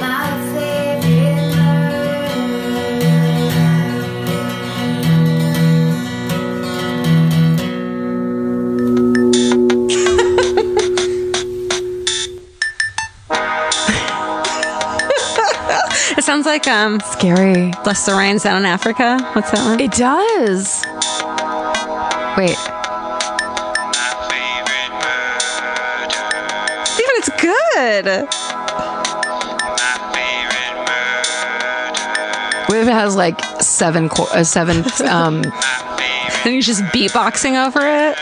My favorite It sounds like um, Scary. Lester Ryan's down in Africa. What's that one? It does. Wait. Steven, it's good. What if it has like seven, qu- uh, seven, um, And you're just beatboxing over it.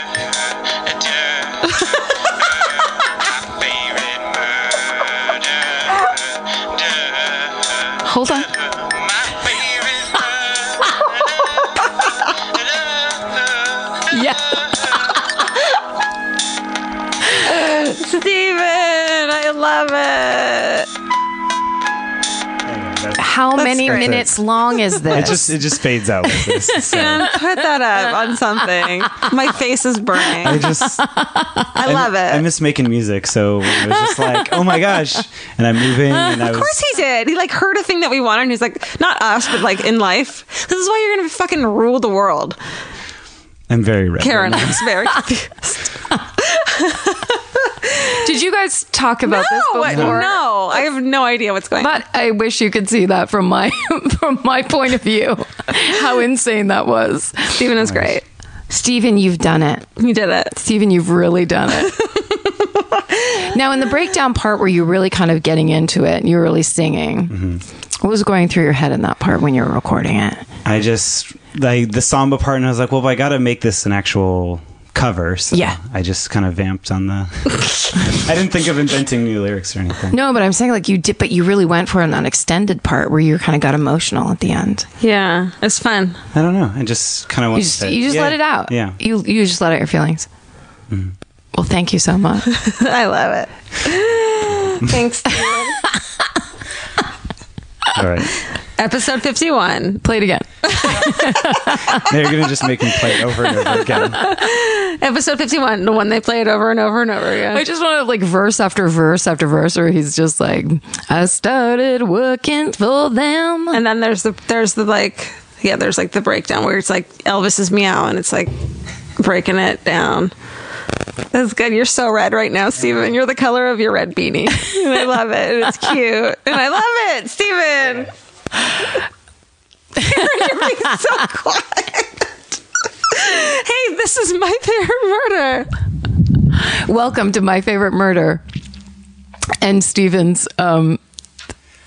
hold on. Yeah. Steven, I love it. How many great. minutes long is It this? just it just fades out like this. So Put that up on something. My face is I burning. just I love it. I miss making music, so it was just like, oh my gosh, and I'm moving, Uh, and I of course was. he did. He like heard a thing that we wanted and he's like, not us, but like in life. This is why you're gonna fucking rule the world. I'm very red. Karen, I was very confused. Did you guys talk about No, this before? no, I have no idea what's going on. But I wish you could see that from my from my point of view. How insane that was. Steven is great. Steven, you've done it. You did it. Steven, you've really done it. now, in the breakdown part where you're really kind of getting into it and you're really singing, what was going through your head in that part when you were recording it? I just like the samba part, and I was like, well, I got to make this an actual cover. So Yeah. I just kind of vamped on the. I didn't think of inventing new lyrics or anything. No, but I'm saying like you did, but you really went for it in that extended part where you kind of got emotional at the end. Yeah, it's fun. I don't know. I just kind of You wanted just, to. you just Yeah. let it out. Yeah. You, you just let out your feelings. Mm-hmm. Well, thank you so much. I love it. Thanks. Steven. All right. Episode 51. Play it again. Now you're gonna just make me play it over and over again. Episode 51, the one they play it over and over and over again. I just want to like verse after verse after verse where he's just like, I started working for them. And then there's the there's the like yeah, there's like the breakdown where it's like Elvis is meow and it's like breaking it down. That's good. You're so red right now, Steven. You're the color of your red beanie. And I love it. And it's cute. And I love it, Steven. You're being so quiet. hey, this is my favorite murder. Welcome to my favorite murder and Steven's um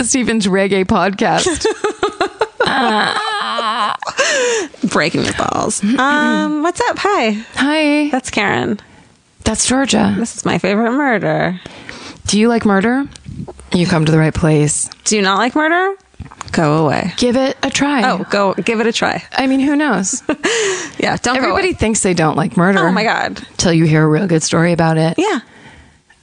Steven's reggae podcast. Breaking your balls. Um, what's up? Hi. Hi. That's Karen. That's Georgia. This is my favorite murder. Do you like murder? You come to the right place. Do you not like murder? Go away. Give it a try. Oh, go give it a try. I mean, who knows? Yeah, don't go Everybody away. thinks they don't like murder. Oh my god. Till you hear a real good story about it. Yeah.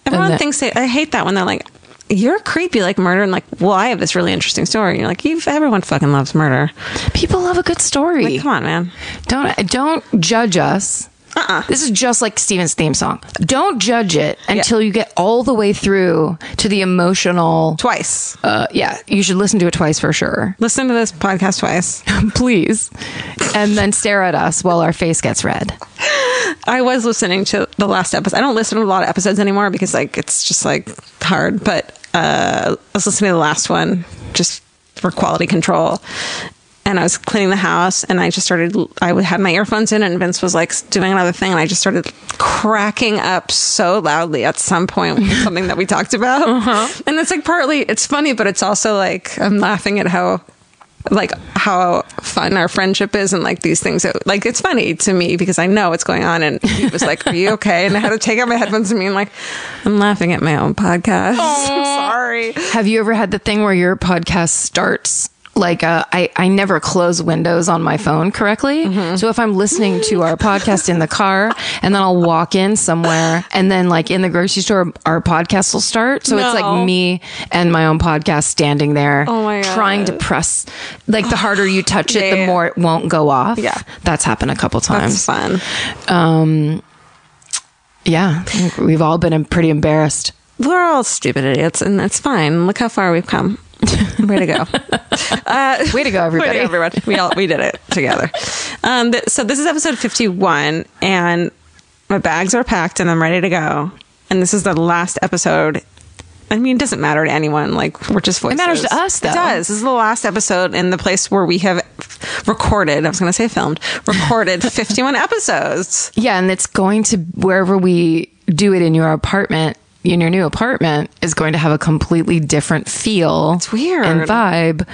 Everyone that- thinks they, I hate that when they're like, "You're creepy," like murder, and like, "Well, I have this really interesting story." And you're like, "You've everyone fucking loves murder." People love a good story. Like, come on, man. Don't don't judge us. Uh-uh. This is just like Steven's theme song. Don't judge it until you get all the way through to the emotional. Twice. Uh, yeah, you should listen to it twice for sure. Listen to this podcast twice. Please. And then stare at us while our face gets red. I was listening to the last episode. I don't listen to a lot of episodes anymore because like it's just like hard. But uh, I was listening to the last one just for quality control, and I was cleaning the house, and I just started. I had my earphones in, and Vince was like doing another thing, and I just started cracking up so loudly at some point with something that we talked about. And it's like partly it's funny, but it's also like I'm laughing at how like how fun our friendship is and like these things like it's funny to me because i know what's going on and he was like are you okay and i had to take out my headphones and being like i'm laughing at my own podcast i'm sorry Have you ever had the thing where your podcast starts like uh, I I never close windows on my phone correctly. Mm-hmm. So if I'm listening to our podcast in the car and then I'll walk in somewhere and then like in the grocery store our podcast will start. So it's No. like me and my own podcast standing there Oh my God. trying to press like the harder you touch it Yeah, yeah. the more it won't go off. Yeah. That's happened a couple That's times. fun. Um yeah, I think we've all been pretty embarrassed. We're all stupid idiots, and that's fine. Look how far we've come. Way to go. Uh, Way to go, everybody. Way to go, everyone. We all we did it together. Um, th- so this is episode fifty-one, and my bags are packed, and I'm ready to go. And this is the last episode. I mean, it doesn't matter to anyone. Like we're just voices. matters to us, though. It does. This is the last episode in the place where we have recorded. I was going to say filmed, recorded fifty-one episodes. Yeah, and it's going to wherever we do it in your apartment, in your new apartment, is going to have a completely different feel. It's weird. and vibe,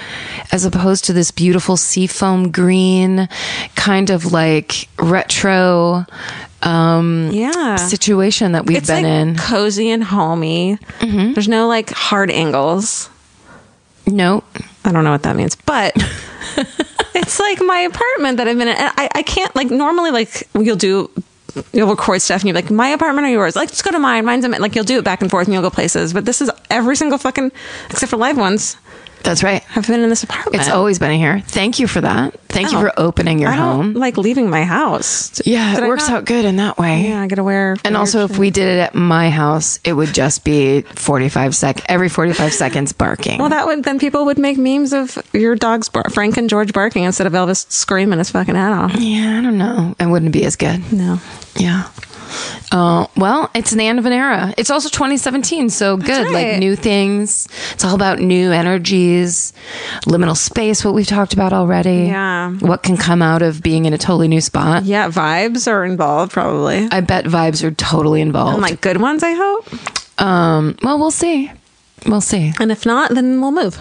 as opposed to this beautiful seafoam green, kind of like retro um, Yeah. situation that we've it's been like in. Mm-hmm. cozy and homey. There's no like hard angles. No, I don't know what that means, but it's like my apartment that I've been in. And I, I can't like normally like you'll do you'll record stuff and you're like my apartment or yours. Like just go to mine. Mine's a mi-" like you'll do it back and forth and you'll go places. But this is every single fucking except for live ones. that's right. I've been in this apartment. It's always been here. Thank you for that. Thank you Oh. for opening your I don't home. like leaving my house. yeah, Did it I works not- out good in that way. Yeah, I gotta wear. And weird also, if we did it at my house, it would just be 45 sec every 45 seconds barking. Well, that would then people would make memes of your dogs, bar- Frank and George barking instead of Elvis screaming his fucking head off. yeah, I don't know. It wouldn't be as good. No, Yeah. Uh, well, it's the end of an era. It's also 2017, so good. right. Like new things. It's all about new energies, liminal space, what we've talked about already. Yeah. What can come out of being in a totally new spot. yeah, vibes are involved probably. I bet vibes are totally involved. And like good ones, I hope. um, well, we'll see. We'll see. And if not, then we'll move.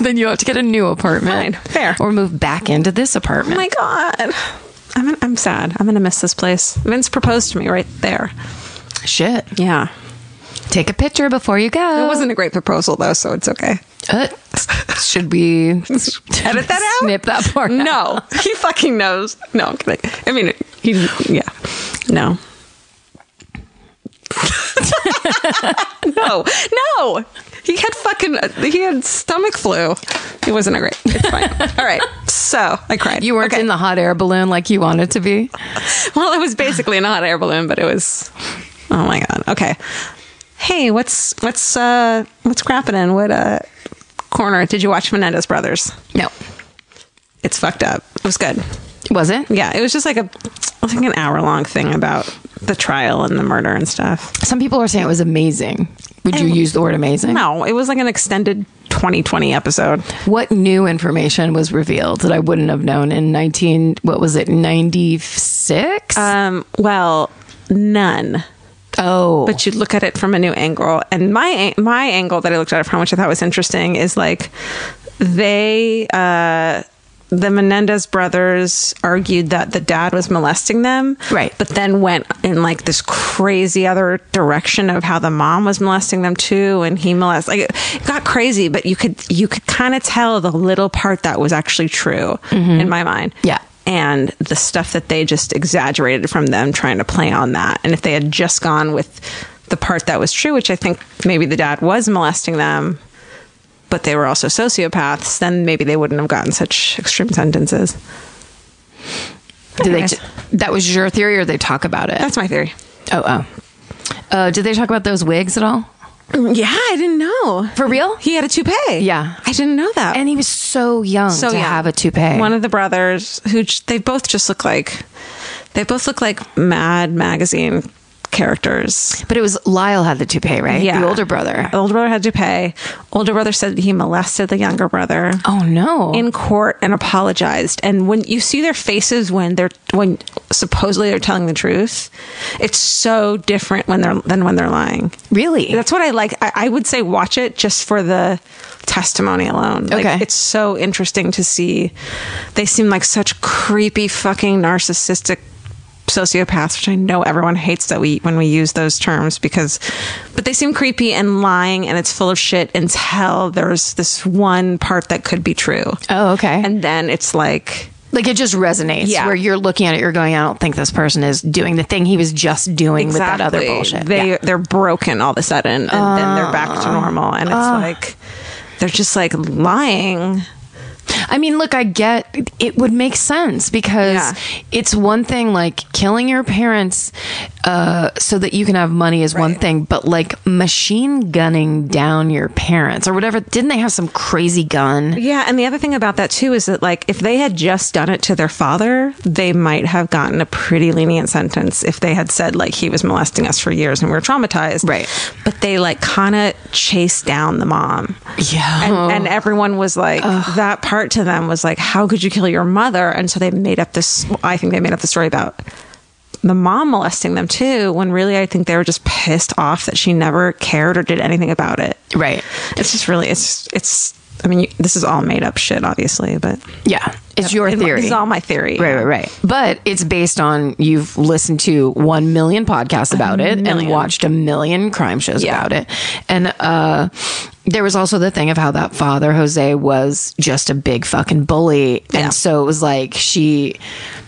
then you have to get a new apartment. Fine. Fair. Or move back into this apartment. Oh my god, I'm gonna- I'm sad. I'm gonna miss this place. Vince proposed to me right there. Shit. Yeah, Take a picture before you go. it wasn't a great proposal though, so it's okay. Uh, should we Edit that out. Snip that part. out? No, he fucking knows. No, I'm kidding. I mean, he. Yeah, no. no, no. He had fucking. He had stomach flu. It wasn't a great. It's fine. All right. So I cried. You weren't Okay. in the hot air balloon like you wanted to be. Well, it was basically not an air balloon, but it was. Oh my god. Okay. Hey, what's what's uh what's crapping in? What uh corner did you watch Menendez Brothers? No. It's fucked up. It was good. Was it? Yeah, it was just like a I think an hour long thing about the trial and the murder and stuff. Some people are saying it was amazing. Would you I- use the word amazing? No, it was like an extended 2020 episode. What new information was revealed that I wouldn't have known in 19, what was it, 96? Um, well, none. oh. but you look at it from a new angle. And my my angle that I looked at it from, which I thought was interesting, is like they uh, the Menendez brothers argued that the dad was molesting them, Right. But then went in like this crazy other direction of how the mom was molesting them too, and he molested. Like it got crazy, but you could you could kind of tell the little part that was actually true in my mind, Yeah. and the stuff that they just exaggerated from them trying to play on that. And if they had just gone with the part that was true, which I think maybe the dad was molesting them, but they were also sociopaths, then maybe they wouldn't have gotten such extreme sentences. Did they Anyways. t- that was your theory or they talk about it? That's my theory. oh, oh. Uh, did they talk about those wigs at all? Yeah, I didn't know. For real? He had a toupee. Yeah. I didn't know that. And he was so young so to yeah, have a toupee. One of the brothers who j- they both just look like they both look like Mad Magazine characters. but it was Lyle had the toupee, right? The older brother. The older brother had to pay. Older brother said he molested the younger brother Oh, no. in court and apologized. And when you see their faces when they're when supposedly they're telling the truth, it's so different when they're than when they're lying. really? That's what I like. I, I would say watch it just for the testimony alone. Like, Okay. It's so interesting to see. They seem like such creepy fucking narcissistic sociopaths, which I know everyone hates that we when we use those terms because, but they seem creepy and lying, and it's full of shit until there's this one part that could be true, Oh, okay. and then it's like. Like it just resonates Yeah. where you're looking at it, you're going, I don't think this person is doing the thing he was just doing with that other Exactly. bullshit. They Yeah. Ah. they're broken all of a sudden, and then they're back to normal, and it's like they're just like lying. I mean, look, I get it would make sense because Yeah. it's one thing like killing your parents uh, so that you can have money is one Right. thing, but like machine gunning down your parents or whatever. Didn't they have some crazy gun? Yeah, and the other thing about that too is that like if they had just done it to their father, they might have gotten a pretty lenient sentence if they had said like he was molesting us for years and we are traumatized. Right. But they like kind of chased down the mom. Yeah. And, and everyone was like, that part to them was like, how could you kill your mother? And so they made up this, I think they made up the story about the mom molesting them too, when really I think they were just pissed off that she never cared or did anything about it. right. It's just really, it's, it's, I mean, you, this is all made up shit, obviously, but Yeah. It's your It- theory. This is all my theory. Right, right, right. But it's based on you've listened to one million podcasts about it and watched a million crime shows Yeah. about it. And uh, there was also the thing of how that father, Jose, was just a big fucking bully. Yeah. And so it was like she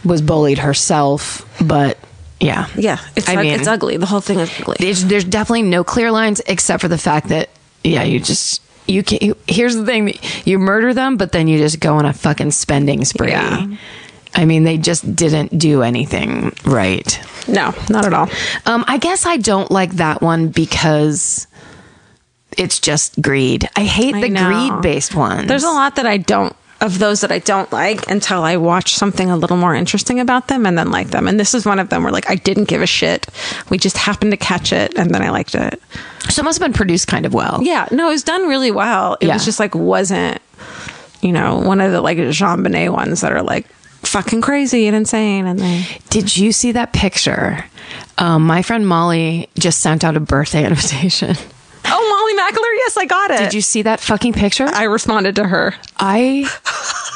was bullied herself, but yeah. Yeah. It's, I ug- mean, it's ugly. The whole thing is ugly. There's, there's definitely no clear lines except for the fact that, yeah, you just. You can you, here's the thing you murder them but then you just go on a fucking spending spree. Yeah. I mean they just didn't do anything right. no, not at all. Um, I guess I don't like that one because it's just greed. I hate I the know. greed based ones. There's a lot that I don't of those that I don't like until I watch something a little more interesting about them and then like them. And this is one of them where like I didn't give a shit. We just happened to catch it and then I liked it. so it must have been produced kind of well. Yeah, no, it was done really well. It Yeah. was just like wasn't you know, one of the like Jean Bonnet ones that are like fucking crazy and insane and they Did you see that picture? Um, my friend Molly just sent out a birthday invitation. Oh, Molly Mackler, yes, I got it. Did you see that fucking picture? I responded to her. I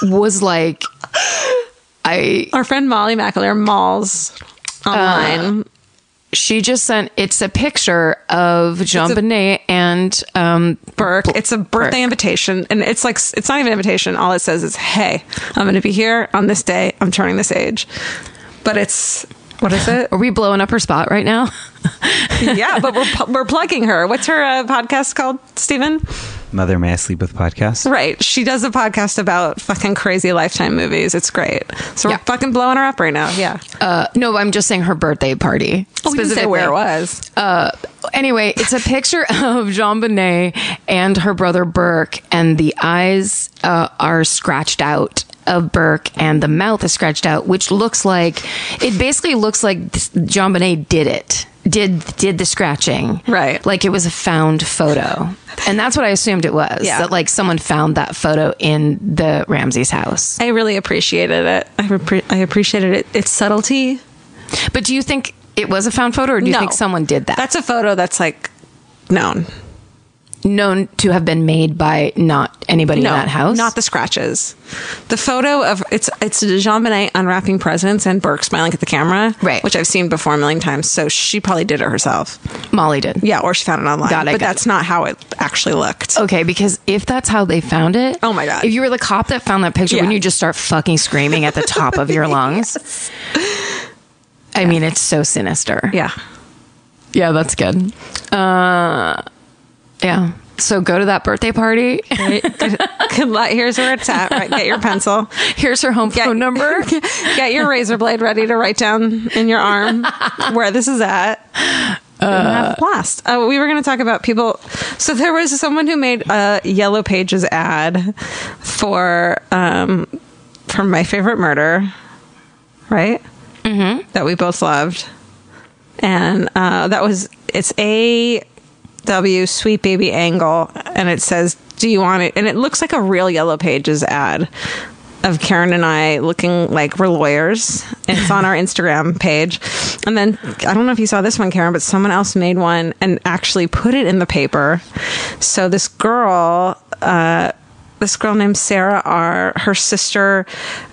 was like, I Our friend Molly Mackler, Malls Uh, online. she just sent it's a picture of Jean Bonnet and um Burke. It's a birthday Burke. invitation, and it's like it's not even an invitation. All it says is, "Hey, I'm going to be here on this day. I'm turning this age." But it's what is it? are we blowing up her spot right now? yeah, but we're pu- we're plugging her. What's her uh, podcast called, Stephen? Mother May I Sleep With podcast. Right, she does a podcast about fucking crazy Lifetime movies. It's great. So we're Yeah. fucking blowing her up right now. Yeah. Uh, no, I'm just saying her birthday party. Oh, we didn't say specifically. where it was. Uh, anyway, it's a picture of Jean Bonnet and her brother Burke, and the eyes uh, are scratched out of Burke, and the mouth is scratched out, which looks like it basically looks like this, Jean Bonnet did it. Did did the scratching Right. Like it was a found photo, and that's what I assumed it was. Yeah. That like someone found that photo in the Ramses house. I really appreciated it. I, repre- I appreciated it. Its subtlety. But do you think it was a found photo, or do you No. think someone did that? That's a photo that's like known. known to have been made by not anybody in that house. Not the scratches. The photo of it's it's Jean Bonnet unwrapping presents and Burke smiling at the camera. Right. Which I've seen before a million times. So she probably did it herself. Molly did. Yeah, or she found it online. Got Oh. it, but got that's not how it actually looked. Okay, because if that's how they found it, Oh my God. If you were the cop that found that picture, Yeah. wouldn't you just start fucking screaming at the top of your lungs? I mean, it's so sinister. Yeah. yeah, that's good. Uh, yeah. So go to that birthday party. good, good luck. Here's where it's at. Right. Get your pencil. Here's her home Get- phone number. Get your razor blade ready to write down in your arm where this is at. Uh, And have a blast. Uh, we were going to talk about people. So there was someone who made a Yellow Pages ad for um, for my favorite murder, right? Mm-hmm. That we both loved, and uh, that was it's a W Sweet Baby Angle, and it says, "Do you want it?" And it looks like a real Yellow Pages ad of Karen and I looking like we're lawyers. And it's on our Instagram page. And then I don't know if you saw this one, Karen, but someone else made one and actually put it in the paper. So this girl this girl named Sarah R. Her sister,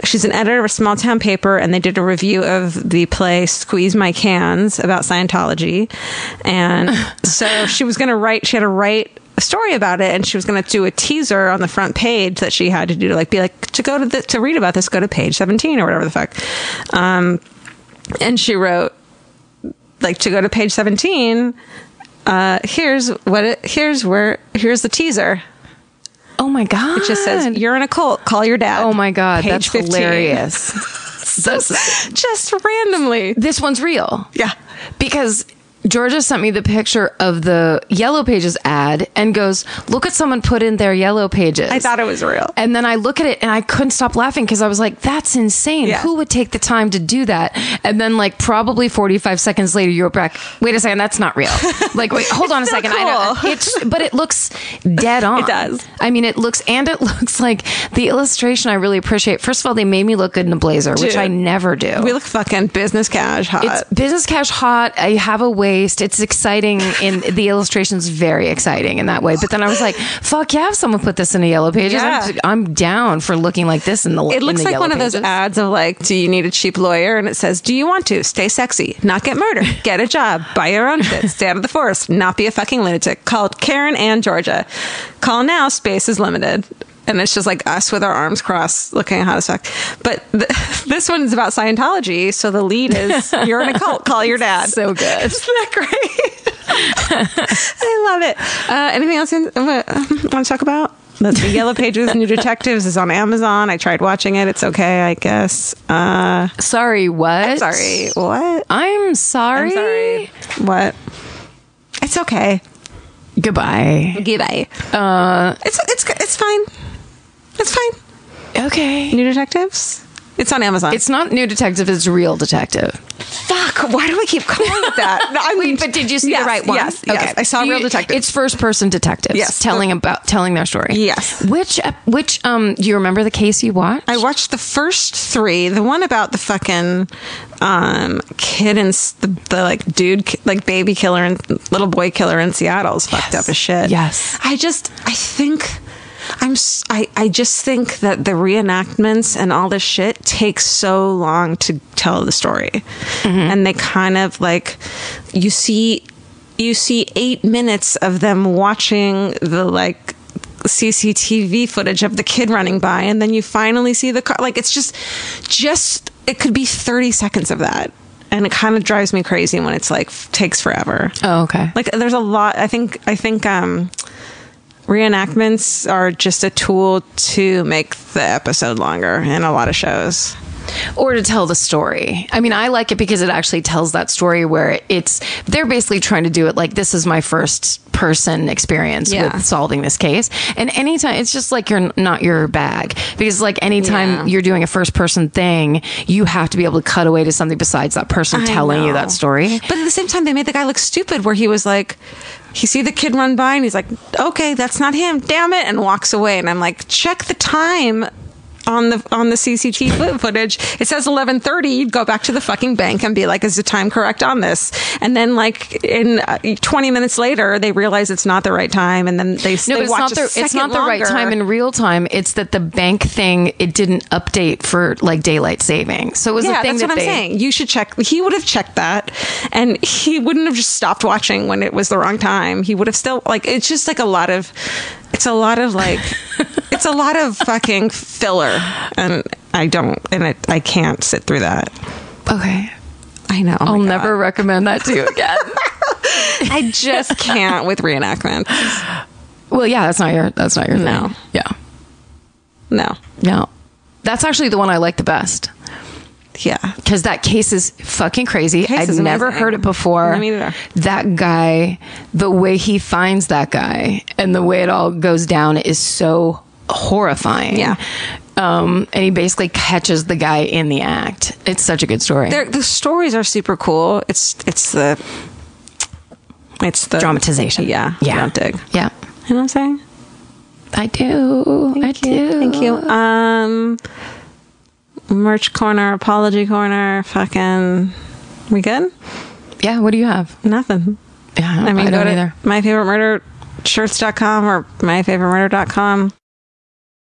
she's an editor of a small town paper, and they did a review of the play Squeeze My Cans about Scientology. And so she was going to write, she had to write a story about it and she was going to do a teaser on the front page that she had to do to like be like to go to the, to read about this go to page 17 or whatever the fuck um and she wrote like to go to page 17 uh here's what it here's where here's the teaser Oh my god! it just says you're in a cult call your dad "Oh my god, Page that's 15. hilarious." That's- just randomly this one's real. yeah because Georgia sent me the picture of the Yellow Pages ad and goes, "Look at someone put in their Yellow Pages." i thought it was real and then I look at it and I couldn't stop laughing because I was like, "That's insane! Yeah. Who would take the time to do that?" And then, like, probably forty-five seconds later, you're back. Wait a second, that's not real. Like, wait, hold on a still second. I don't. cool. It's but it looks dead on. It does. I mean, it looks and it looks like the illustration. I really appreciate. First of all, they made me look good in a blazer, which Dude. I never do. we look fucking business cash hot It's business cash hot. I have a waist. It's exciting. In the illustration's very exciting in that way. But then I was like, "Fuck yeah!" If someone put this in a yellow pages, Yeah. I'm, I'm down for looking like this in the. It looks like one of those ads. ads of like, do you need a cheap lawyer? And it says, do you want to stay sexy, not get murdered, get a job, buy your own shit, stay out of the forest, not be a fucking lunatic? Called Karen and Georgia. Call now. Space is limited. And it's just like us with our arms crossed, looking hot as fuck. But th- this one's about Scientology, so the lead is you're in a cult. Call your dad. So good. Isn't that great? I love it. Uh, anything else you want to talk about? That's the Yellow Pages New Detectives is on Amazon. I tried watching it. It's okay, I guess. Uh, Sorry, what? sorry. What? I'm sorry. I'm sorry. What? It's okay. Goodbye. Goodbye. Uh, it's it's it's fine. It's fine. Okay. New Detectives. It's on Amazon. It's not new detective. It's real detective. fuck. Why do I keep calling it that? No, I mean, Wait, but did you see yes, the right one? Yes. Yes. I saw You- Real Detectives. It's first person detectives. Yes. Telling about telling their story. Yes. Which ep- which um do you remember the case you watched? I watched the first three. The one about the fucking um, kid and s- the, the like dude, ki- like baby killer and little boy killer in Seattle is fucked Yes. up as shit. Yes. I just I think I'm s- I I just think that the reenactments and all this shit takes so long to tell the story, and they kind of like you see you see eight minutes of them watching the like CCTV footage of the kid running by, and then you finally see the car. Like it's just, just it could be thirty seconds of that, and it kind of drives me crazy when it's like f- takes forever. Oh, okay. Like there's a lot. I think I think um, reenactments are just a tool to make the episode longer in a lot of shows. or to tell the story. I mean, I like it because it actually tells that story where it's they're basically trying to do it like this is my first person experience Yeah. with solving this case. And anytime it's just like you're n- not your bag because like anytime Yeah. you're doing a first person thing, you have to be able to cut away to something besides that person I telling you know. that story. But at the same time, they made the guy look stupid where he was like, he see the kid run by and he's like, okay, that's not him, damn it, and walks away. And I'm like, check the time on the on the CCTV foot- footage. It says 11:30. You'd go back to the fucking bank and be like, is the time correct on this? And then like in uh, 20 minutes later, they realize it's not the right time, and then they No, they but it's watch not a the it's second not the right longer. time in real time. It's that the bank thing it didn't update for like daylight saving. So it was yeah, a thing that's that what I'm they saying. You should check. He would have checked that, and he wouldn't have just stopped watching when it was the wrong time. He would have still like. It's just like a lot of. It's a lot of like. it's a lot of fucking filler, and I don't, and it, I can't sit through that. Okay. I know. oh I'll never recommend that to you again. I just can't with reenactment. Well, yeah, that's not your that's not your No. thing. Yeah. No. No. That's actually the one I like the best Yeah. because that case is fucking crazy. Case I'd is never amazing. heard it before. Me neither. That guy, the way he finds that guy and the way it all goes down is so horrifying. Yeah. Um, and he basically catches the guy in the act. It's such a good story. They're, the stories are super cool. It's it's the. It's the Dramatization. Yeah. Yeah. I don't dig. You Yeah. know what I'm saying? I do. I do. Thank you. Um, merch corner, apology corner, fucking. We good? Yeah. What do you have? Nothing. Yeah. I, mean, I go don't to either. my favorite murder shirts.com or my favorite murder.com.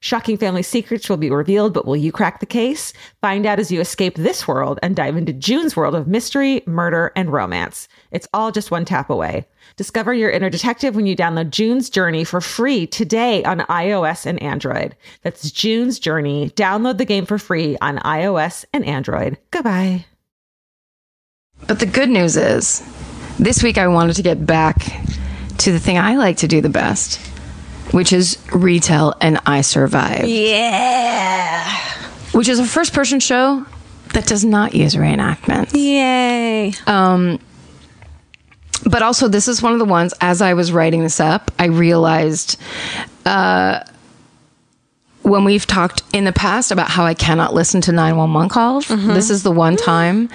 Shocking family secrets will be revealed, but will you crack the case? Find out as you escape this world and dive into June's world of mystery, murder, and romance. It's all just one tap away. Discover your inner detective when you download June's Journey for free today on iOS and Android. That's June's Journey. Download the game for free on iOS and Android. Goodbye. But the good news is, this week I wanted to get back to the thing I like to do the best, which is retail and I survive. Yeah. which is a first person show that does not use reenactments. Yay. Um, but also, this is one of the ones, as I was writing this up, I realized uh, when we've talked in the past about how I cannot listen to 911 calls, this is the one time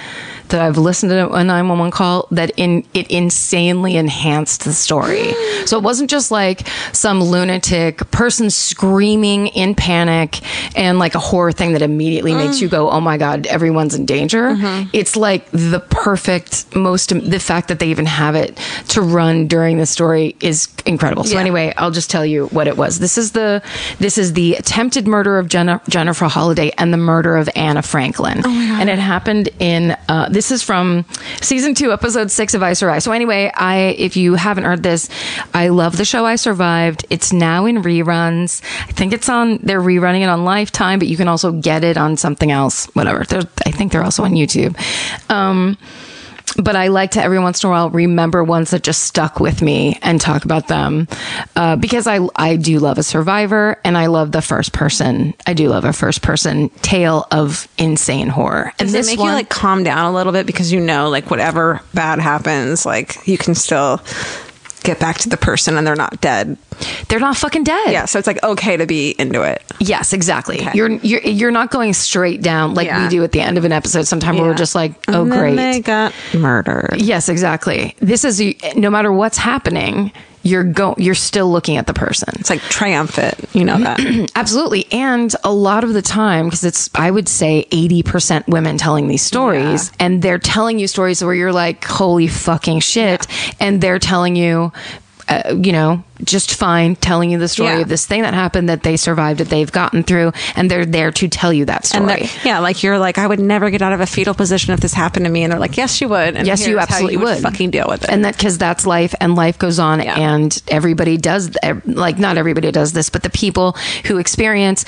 that I've listened to a 911 call that in it insanely enhanced the story. so it wasn't just like some lunatic person screaming in panic and like a horror thing that immediately makes you go, "Oh my god, everyone's in danger." It's like the perfect most the fact that they even have it to run during the story is incredible. So anyway, I'll just tell you what it was. This is the this is the attempted murder of Jenna, Jennifer Holiday and the murder of Anna Franklin. And it happened in uh, this is from season 2 episode 6 of I Survived. So anyway, I if you haven't heard this, I love the show I Survived. It's now in reruns. I think it's on they're rerunning it on Lifetime, but you can also get it on something else, whatever. They're, I think they're also on YouTube. Um but I like to every once in a while remember ones that just stuck with me and talk about them uh, because I I do love a survivor and I love the first person. I do love a first person tale of insane horror. And Does it make you like calm down a little bit because you know like whatever bad happens, like you can still get back to the person and they're not dead. they're not fucking dead. Yeah, so it's like okay to be into it. Yes, exactly. You're you're you're not going straight down like Yeah. we do at the end of an episode. Sometimes we're just like, oh And then great, They got murdered. Yes, exactly. This is no matter what's happening, you're go you're still looking at the person. It's like triumphant, you know that. Absolutely. And a lot of the time, because it's, I would say 80% women telling these stories, and they're telling you stories where you're like, holy fucking shit. And they're telling you, uh, you know, just fine telling you the story Yeah. of this thing that happened that they survived, that they've gotten through, and they're there to tell you that story. And they're- yeah, like you're like, I would never get out of a fetal position if this happened to me. And they're like, yes, you would. And yes, here's you how absolutely would would fucking deal with it. and that because that's life, and life goes on, Yeah. and everybody does ev- like not everybody does this, but the people who experience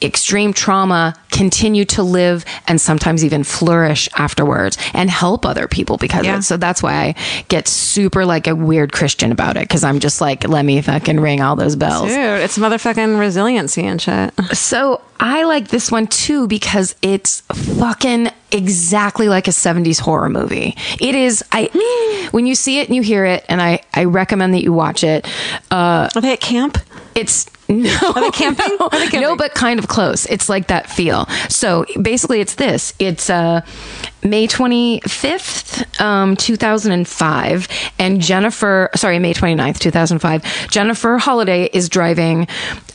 extreme trauma continue to live and sometimes even flourish afterwards and help other people because Yeah. of it. So that's why I get super like a weird Christian about it because I'm just like, let me fucking ring all those bells. Dude, it's motherfucking resiliency and shit. So I like this one too because it's fucking exactly like a 70s horror movie. It is I when you see it and you hear it and I I recommend that you watch it. Uh Are they at camp? it's no camping? No, Are they camping? No, but kind of close. It's like that feel. So basically it's this. It's uh May 25th, um 2005 and Jennifer sorry, May 29th, 2005. Jennifer Holiday is driving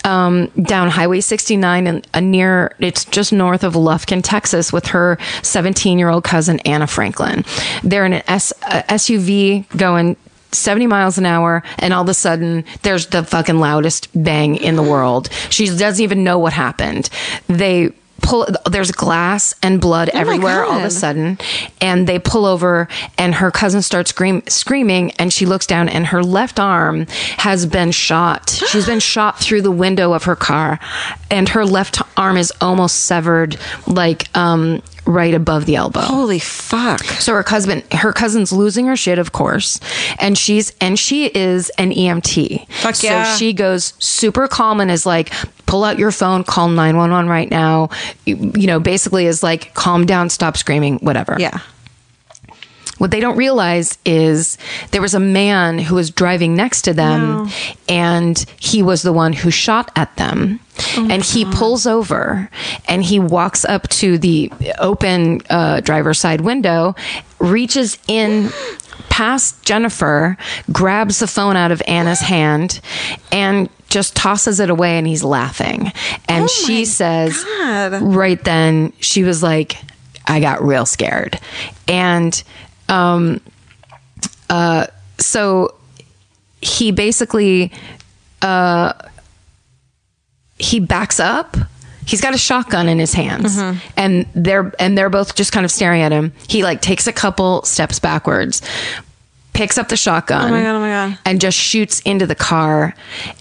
um, down Highway 69 and uh, near it's just north of Lufkin, Texas, with her 17 year old cousin Anna Franklin. They're in an S- uh, SUV going 70 miles an hour, and all of a sudden there's the fucking loudest bang in the world. She doesn't even know what happened. They pull there's glass and blood everywhere all of a God. sudden and they pull over and her cousin starts scream, screaming and she looks down and her left arm has been shot she's been shot through the window of her car and her left arm is almost severed like um right above the elbow Holy fuck. so her cousin, her cousin's losing her shit, of course, and she's and she is an EMT. Fuck so yeah. she goes super calm and is like, "Pull out your phone, call nine one one right now." You, you know, basically is like, "Calm down, stop screaming, whatever." Yeah. What they don't realize is there was a man who was driving next to them, and he was the one who shot at them. and he pulls over and he walks up to the open uh, driver's side window, reaches in past Jennifer, grabs the phone out of Anna's hand, and just tosses it away. And he's laughing. And she says, right then, she was like, I got real scared. And um uh so he basically uh he backs up. He's got a shotgun in his hands. Mm-hmm. And they're and they're both just kind of staring at him. He like takes a couple steps backwards, picks up the shotgun. my God, oh my God. And just shoots into the car.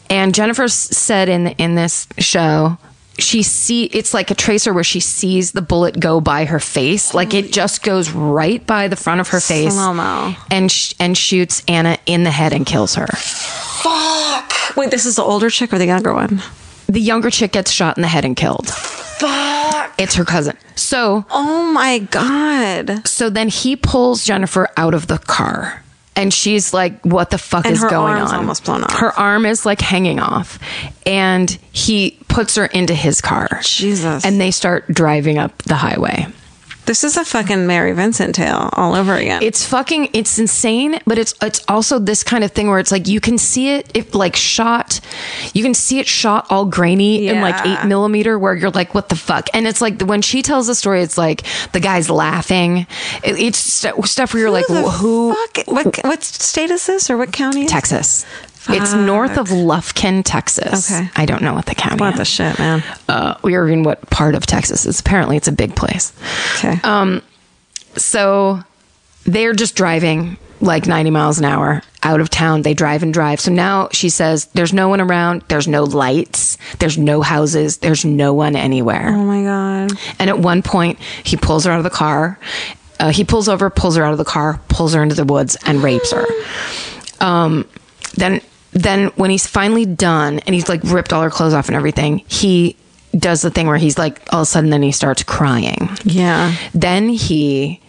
And Jennifer s- said in in this show she see it's like a tracer where she sees the bullet go by her face like it just goes right by the front of her face Slow-mo. and sh- and shoots Anna in the head and kills her. Fuck. Wait, this is the older chick or the younger one? The younger chick gets shot in the head and killed. Fuck. It's her cousin. So Oh my God. so then he pulls Jennifer out of the car. And she's like, what the fuck And is her going arm's on? almost blown off. Her arm is like hanging off. And he puts her into his car. Jesus. And they start driving up the highway. This is a fucking Mary Vincent tale all over again. It's fucking it's insane, but it's it's also this kind of thing where it's like you can see it if like shot you can see it shot all grainy in like Yeah. eight millimeter where you're like, what the fuck? And it's like when she tells the story, it's like the guy's laughing. It, it's st- stuff where you're like, the who Fuck? What, what state is this or what county? Is Texas. It's north of Lufkin, Texas. Okay. I don't know what the county What is. the shit, man? uh, we are in what part of Texas is. Apparently, it's a big place. Okay. So they're just driving like 90 miles an hour out of town. They drive and drive. So now she says there's no one around, there's no lights, there's no houses, there's no one anywhere. oh my God. And at one point, he pulls her out of the car. Uh, he pulls over, pulls her out of the car, pulls her into the woods, and rapes her. Um, then, then when he's finally done, and he's like ripped all her clothes off and everything, he does the thing where he's like all of a sudden, then he starts crying. Yeah. Then he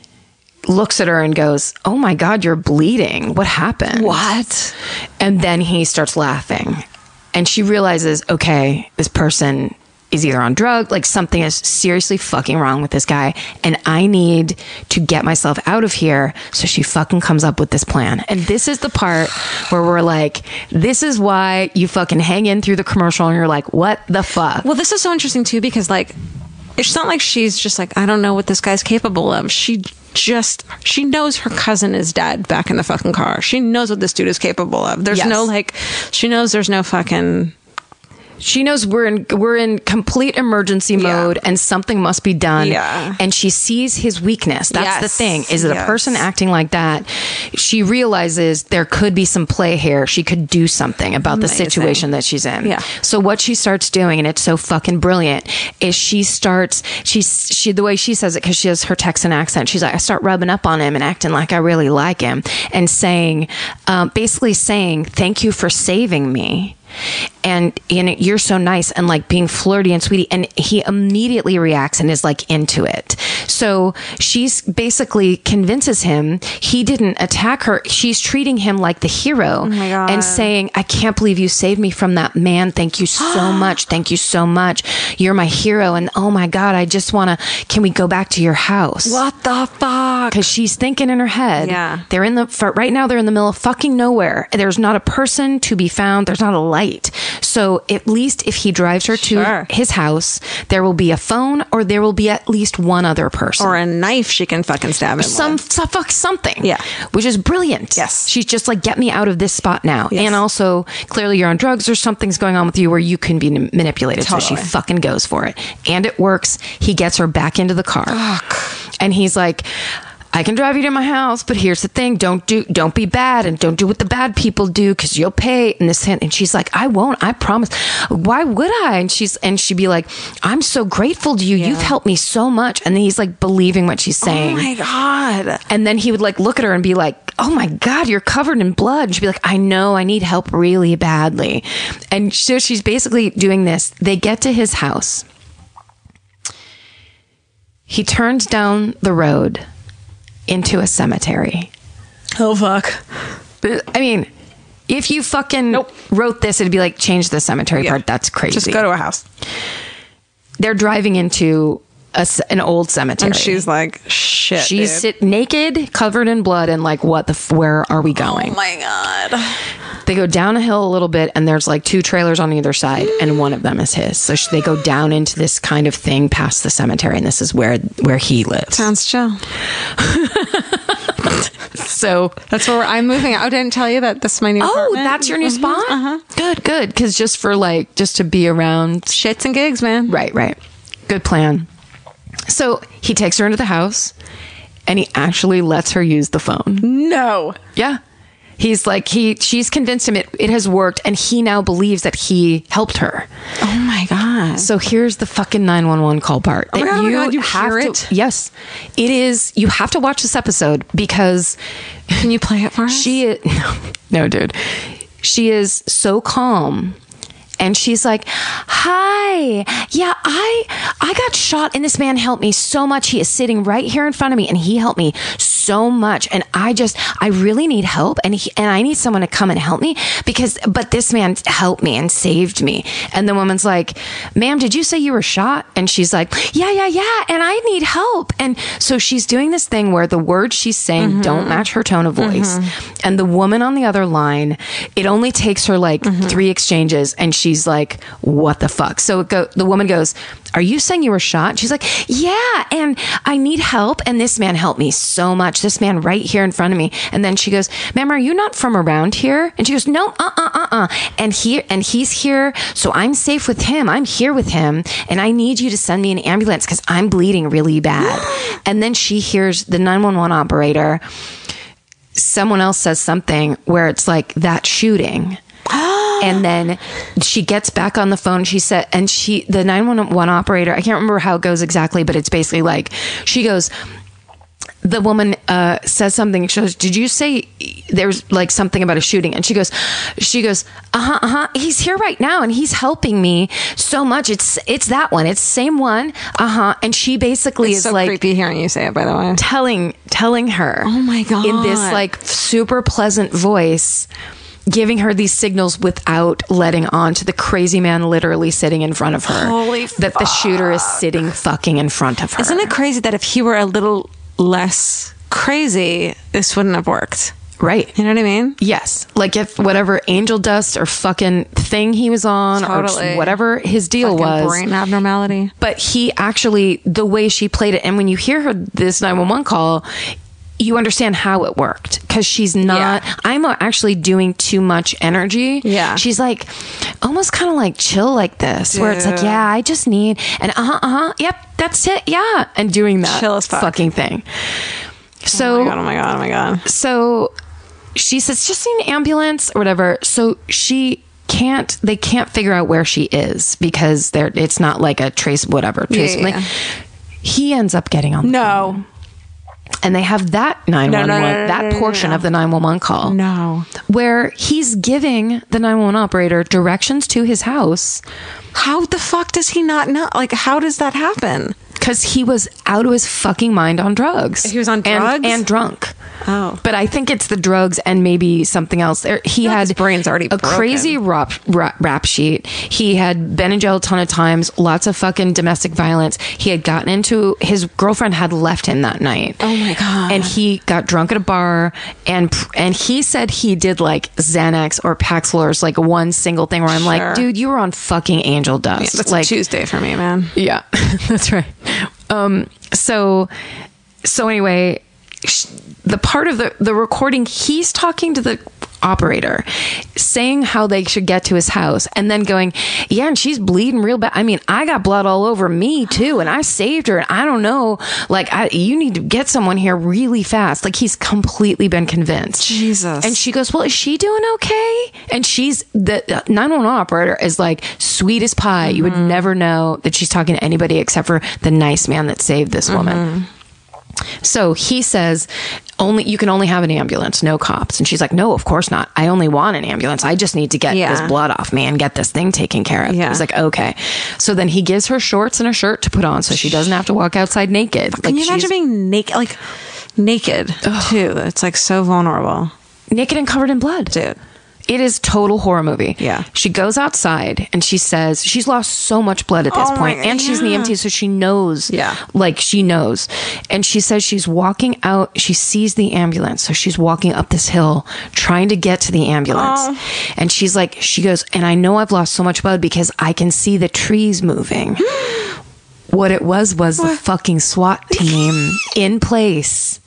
looks at her and goes, "Oh my God, you're bleeding! What happened?" What? And then he starts laughing. And she realizes, okay, this person is either on drug, like something is seriously fucking wrong with this guy. And I need to get myself out of here. So she fucking comes up with this plan. And this is the part where we're like, this is why you fucking hang in through the commercial and you're like, what the fuck? Well, this is so interesting too because like it's not like she's just like I don't know what this guy's capable of. She just she knows her cousin is dead back in the fucking car. She knows what this dude is capable of. There's Yes. no like she knows there's no fucking She knows we're in we're in complete emergency Yeah. mode and something must be done. Yeah. And she sees his weakness. That's the Yes. thing. Is that Yes. a person acting like that? She realizes there could be some play here. She could do something about the Amazing. situation that she's in. Yeah. So what she starts doing, and it's so fucking brilliant, is she starts she's she the way she says it because she has her Texan accent. She's like, I start rubbing up on him and acting like I really like him, and saying, um, basically saying, thank you for saving me. And, and you're so nice and like being flirty and sweetie. And he immediately reacts and is like into it. So she's basically convinces him he didn't attack her. She's treating him like the hero and saying, I can't believe you saved me from that man. Thank you so much. Thank you so much. You're my hero. And oh my God, I just want to, can we go back to your house? what the fuck? Because she's thinking in her head. Yeah. They're in the, for, right now, they're in the middle of fucking nowhere. There's not a person to be found. There's not a light. So at least if he drives her Sure. to his house, there will be a phone or there will be at least one other person. Or a knife she can fucking stab him. some with. so- fuck something. Yeah. Which is brilliant. Yes. She's just like, get me out of this spot now. And also, clearly you're on drugs or something's going on with you where you can be n- manipulated. So she Totally. fucking goes for it. And it works. He gets her back into the car. And he's like, I can drive you to my house, but here's the thing: don't do, don't be bad, and don't do what the bad people do, because you'll pay. And this hint, and she's like, "I won't, I promise." Why would I? And she's and she'd be like, "I'm so grateful to you. You've helped me so much." And then he's like believing what she's saying. Oh my god. And then he would like look at her and be like, "Oh my god, you're covered in blood." And she'd be like, "I know, I need help really badly." And so she's basically doing this. They get to his house. He turns down the road into a cemetery. Oh fuck. I mean, if you fucking wrote this, it'd be like change the cemetery part. That's crazy. Just go to a house. They're driving into a ce- an old cemetery. And she's like, shit. she's dude. sit naked, covered in blood, and like, what the? F- where are we going? Oh my god. They go down a hill a little bit, and there's like two trailers on either side, and one of them is his. So sh- they go down into this kind of thing past the cemetery, and this is where where he lives. Sounds chill. So, That's where I'm moving. I didn't tell you that that's my new oh, apartment. Mm-hmm. Uh-huh. that's your new spot. Good, good, because just for like just to be around shits and gigs, man. Right, right. Good plan. So he takes her into the house and he actually lets her use the phone. No. Yeah. He's like he she's convinced him it, it has worked and he now believes that he helped her. Oh my god. So here's the fucking 911 call part. my that God, oh my God, you hear to, it? Yes. It is you have to watch this episode because Can you play it for us? she is no, no dude she is so calm and she's like hi yeah i i got shot and this man helped me so much he is sitting right here in front of me and he helped me so much and i just i really need help and he, and i need someone to come and help me because but this man helped me and saved me and the woman's like ma'am did you say you were shot and she's like yeah yeah yeah and i need help and so she's doing this thing where the words she's saying don't match her tone of voice and the woman on the other line it only takes her like three exchanges and she's like what the fuck so it go, the woman goes are you saying you were shot she's like yeah and i need help and this man helped me so much this man right here in front of me and then she goes ma'am are you not from around here and she goes no uh-uh uh-uh and here and he's here so i'm safe with him i'm here with him and i need you to send me an ambulance because i'm bleeding really bad and then she hears the 911 operator someone else says something where it's like that shooting and then she gets back on the phone she said and she the 911 operator i can't remember how it goes exactly but it's basically like she goes the woman uh, says something. She goes, "Did you say there's like something about a shooting?" And she goes, "She goes, uh huh, uh huh. He's here right now, and he's helping me so much. It's it's that one. It's the same one, uh huh." And she basically it's is so like, creepy hearing you say it, by the way. telling telling her Oh my God. in this like super pleasant voice giving her these signals without letting on to the crazy man literally sitting in front of her Holy that the shooter is sitting fucking in front of her Isn't it crazy that if he were a little less crazy, this wouldn't have worked? Right. You know what I mean? Yes. Like if whatever angel dust or fucking thing he was on Totally. or whatever his deal Fucking was. brain abnormality. But he actually, the way she played it, and when you hear her this 911 call, you understand how it worked because she's not, Yeah. I'm uh, actually doing too much energy. Yeah. She's like almost kind of like chill like this, where it's like, yeah, I just need, and uh huh, uh huh, yep, that's it, yeah. And doing that Chill as fuck. fucking thing. So, Oh my god! Oh my god! so she says just see an ambulance or whatever so she can't they can't figure out where she is because they're it's not like a trace whatever trace yeah, like, yeah. he ends up getting on the No, and they have that 911 no, no, that no, no, portion of the 911 call no. where he's giving the 911 operator directions to his house How the fuck does he not know? Like, how does that happen? because he was out of his fucking mind on drugs. He was on And- drugs? and drunk. Oh. but I think it's the drugs and maybe something else. There- He like had his brain's already a broken. crazy rap, rap, rap sheet. He had been in jail a ton of times. Lots of fucking domestic violence. He had gotten into his girlfriend had left him that night. Oh my God. And he got drunk at a bar and pr- and he said he did like Xanax or Paxil or like one single thing where I'm Sure. like, dude, you were on fucking angel dust. That's like Tuesday for me, man. yeah, that's right. Um, so, so anyway, sh- the part of the the recording, he's talking to the operator, saying how they should get to his house, and then going, "Yeah, and she's bleeding real bad. I mean, I got blood all over me too, and I saved her, and I don't know, like, I you need to get someone here really fast. Like, he's completely been convinced. Jesus. And she goes, "Well, is she doing okay?" And she's the uh, nine one one operator is like sweet as pie. You Mm-hmm. would never know that she's talking to anybody except for the nice man that saved this Mm-hmm. woman. So he says, "Only you can only have an ambulance, no cops." And she's like, "No, of course not. I only want an ambulance. I just need to get Yeah. this blood off me and get this thing taken care of." Yeah. He's like, "Okay." So then he gives her shorts and a shirt to put on, so she doesn't have to walk outside naked. Can you she's- imagine being naked? Like naked too. It's like so vulnerable, naked and covered in blood. dude. It is total horror movie. Yeah. She goes outside and she says she's lost so much blood at this Oh point, my- and she's in the yeah. EMT, so she knows. Yeah. Like she knows. And she says she's walking out, she sees the ambulance. So she's walking up this hill trying to get to the ambulance. Oh. And she's like, she goes, and I know I've lost so much blood because I can see the trees moving. what it was was the fucking SWAT team in place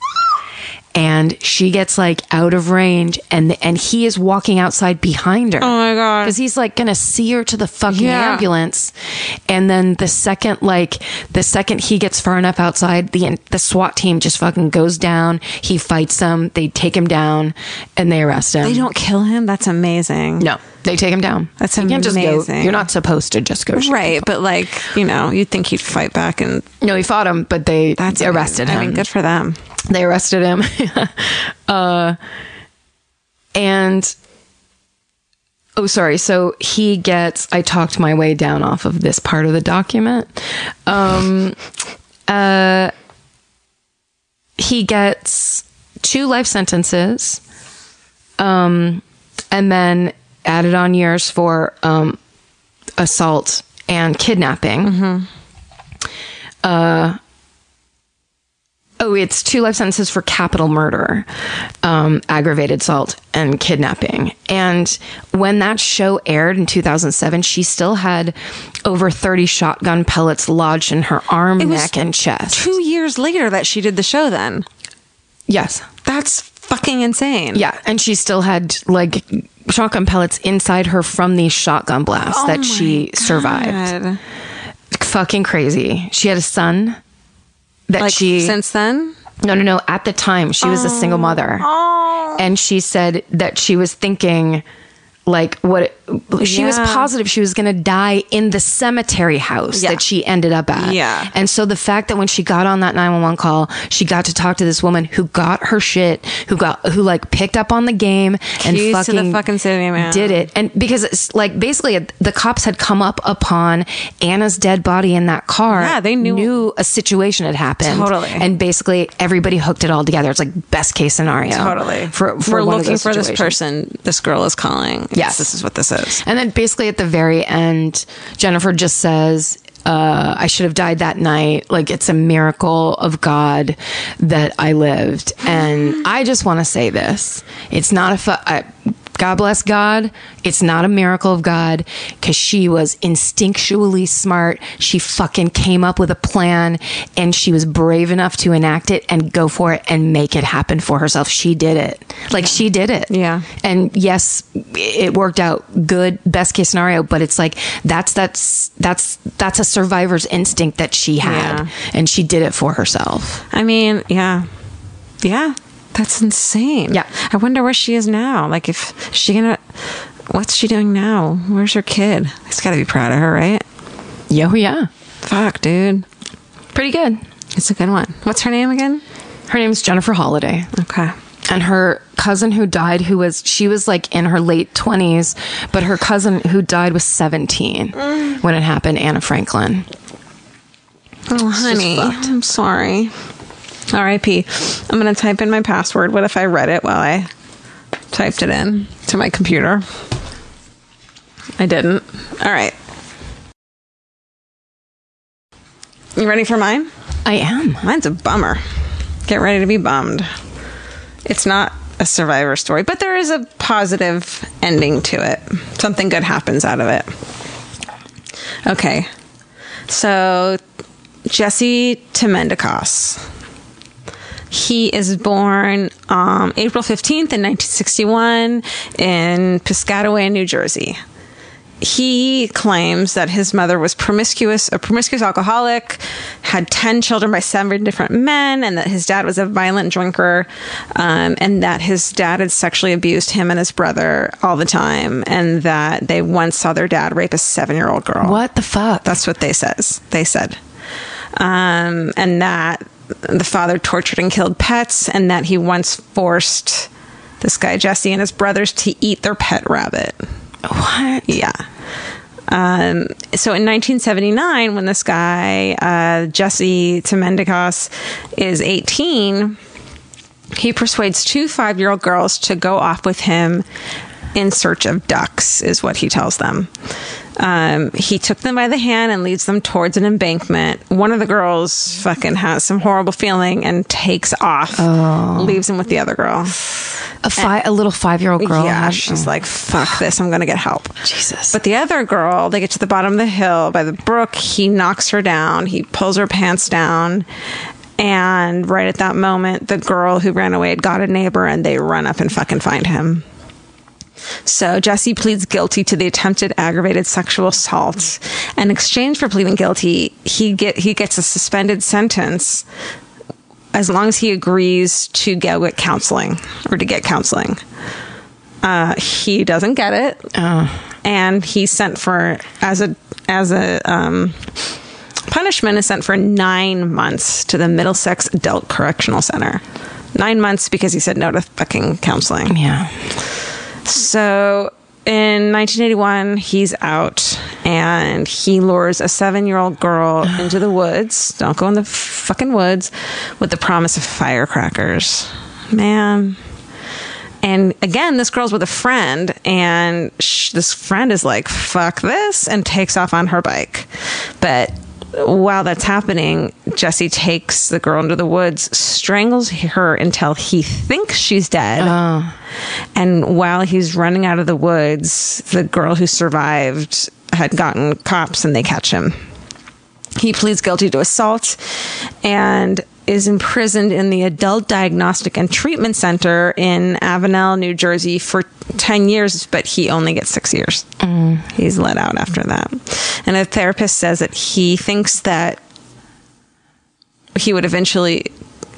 and she gets like out of range and and he is walking outside behind her. Oh my God. Cuz he's like going to see her to the fucking Yeah. ambulance. And then the second like the second he gets far enough outside the the SWAT team just fucking goes down. He fights them, they take him down and they arrest him. They don't kill him. That's amazing. No, they take him down. That's you can't Just go, amazing. you're not supposed to just go. shoot Right, but like you know, you'd think he'd fight back, and No, he fought him, but they that's arrested amazing. him. I mean, good for them. they arrested him uh and oh sorry so he gets i talked my way down off of this part of the document um uh he gets two life sentences um and then added on years for um assault and kidnapping Uh, Oh, it's two life sentences for capital murder, um, aggravated assault, and kidnapping. And when that show aired in 2007, she still had over 30 shotgun pellets lodged in her arm, was neck, and chest. Two years later, that she did the show. Then yes. that's fucking insane. Yeah. And she still had like shotgun pellets inside her from these shotgun blasts that she survived. Oh God. Fucking crazy. She had a son that Like she. since then, No, no, no. At the time, she was a single mother. And she said that she was thinking, like, what she was Yeah. positive she was going to die in the cemetery house Yeah. that she ended up at. Yeah. And so the fact that when she got on that 911 call, she got to talk to this woman who got her shit, who got, who like picked up on the game and Keys to fucking, the fucking city, man. did it. And because it's like basically the cops had come up upon Anna's dead body in that car. Yeah, they knew- a situation had happened. Totally. And basically everybody hooked it all together. It's like best case scenario. totally. For, for We're one of looking those Oh, for this situations. person. This girl is calling. Yes. this is what this is. And then basically at the very end, Jennifer just says, uh, I should have died that night. Like it's a miracle of God that I lived. And I just want to say this: it's not a. Fu- I, God bless God. It's not a miracle of God because she was instinctually smart. She fucking came up with a plan and she was brave enough to enact it and go for it and make it happen for herself. She did it. Like she did it. Yeah. And yes, it worked out good, best case scenario, but it's like that's that's that's that's a survivor's instinct that she had Yeah. and she did it for herself. I mean, yeah. Yeah. That's insane. Yeah. I wonder where she is now. Like if is she gonna what's she doing now? Where's her kid? He's gotta be proud of her, right? Yo, yeah. Fuck, dude. Pretty good. It's a good one. What's her name again? Her name's Jennifer Holiday. Okay. and her cousin who died who was she was like in her late 20s but her cousin who died was 17 when it happened anna franklin Oh, honey. I'm sorry. R.I.P. I'm gonna type in my password. What if I read it while I typed it in to my computer? I didn't. All right. You ready for mine? i am Mine's a bummer. Get ready to be bummed. It's not a survivor story, but there is a positive ending to it. Something good happens out of it. Okay. So, Jesse Temendikos. He is born um, April 15th in 1961 in Piscataway, New Jersey he claims that his mother was promiscuous, a promiscuous alcoholic, had 10 children by seven different men, and that his dad was a violent drinker, um, and that his dad had sexually abused him and his brother all the time, and that they once saw their dad rape a seven year old girl. what the fuck That's what they says. They said, um, and that the father tortured and killed pets, and that he once forced this guy Jesse and his brothers to eat their pet rabbit. what Yeah. Um, so in 1979, when this guy, uh, Jesse Temendikos, is 18, he persuades two five year old girls to go off with him in search of ducks, is what he tells them. Um, he took them by the hand and leads them towards an embankment. One of the girls fucking has some horrible feeling and takes off, leaves him with the other girl. a, fi- a little five-year-old girl yeah, has- she's like, fuck this, I'm gonna get help. jesus But the other girl, they get to the bottom of the hill by the brook. He knocks her down. He pulls her pants down. And right at that moment, the girl who ran away had got a neighbor and they run up and fucking find him. So Jesse pleads guilty to the attempted aggravated sexual assault. In exchange for pleading guilty, he get he gets a suspended sentence as long as he agrees to go get counseling or to get counseling. Uh, he doesn't get it and he's sent for as a as a um, punishment is sent for nine months to the Middlesex Adult Correctional Center. Nine months because he said no to fucking counseling. yeah So in 1981, he's out and he lures a seven year old girl into the woods. Don't go in the fucking woods with the promise of firecrackers. Man. And again, this girl's with a friend, and sh- this friend is like, fuck this, and takes off on her bike. But while that's happening, Jesse takes the girl into the woods, strangles her until he thinks she's dead. And while he's running out of the woods, the girl who survived had gotten cops and they catch him. He pleads guilty to assault and is imprisoned in the Adult Diagnostic and Treatment Center in Avenel, New Jersey for 10 years, but he only gets six years. He's let out after that. And a therapist says that he thinks that he would eventually.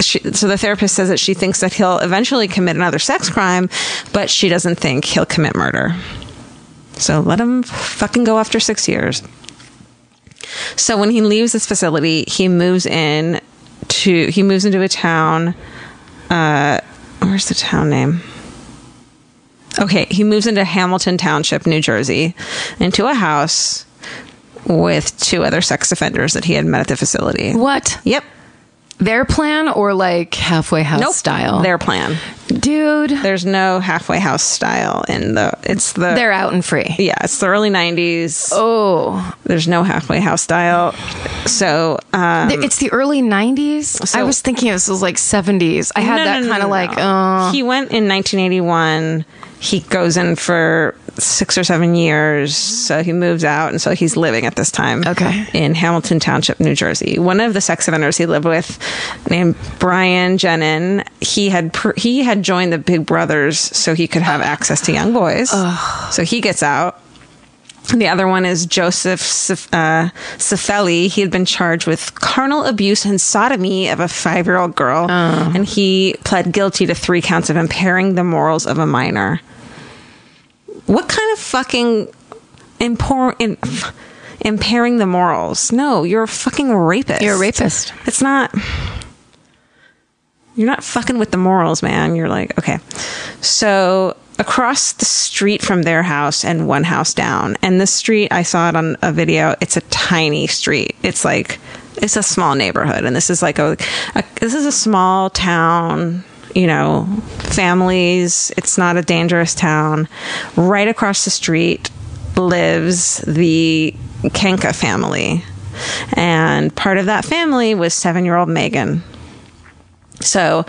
She, so the therapist says that she thinks that he'll eventually commit another sex crime, but she doesn't think he'll commit murder. So let him fucking go after six years. So when he leaves this facility, he moves in to he moves into a town. Uh, where's the town name? Okay, he moves into Hamilton Township, New Jersey, into a house with two other sex offenders that he had met at the facility. what Yep. Their plan or like halfway house style? Their Uh, plan. Dude, There's no halfway house style in the. It's the. they're out and free. yeah, it's the early '90s. Oh, There's no halfway house style. So um, Th- it's the early 90s. I was thinking this was like 70s. I had No, that no, no, kind of no, like, no. uh, he went in 1981. He goes in for six or seven years, so he moves out, and so he's living at this time. Okay. in Hamilton Township, New Jersey. One of the sex offenders he lived with, named Brian Jenin, he had pr- he had joined the Big Brothers so he could have access to young boys. So he gets out. The other one is Joseph Sif- uh, Sifelli. He had been charged with carnal abuse and sodomy of a five year old girl, Oh. and he pled guilty to three counts of impairing the morals of a minor. What kind of fucking impor- in- impairing the morals? No, you're a fucking rapist. You're a rapist. It's not. You're not fucking with the morals, man. You're like, okay. So across the street from their house and one house down, and this street, I saw it on a video. It's a tiny street. It's like, it's a small neighborhood, and this is like a, a this is a small town. You know, families. It's not a dangerous town. Right across the street lives the Kenka family. And part of that family was seven year old Megan. So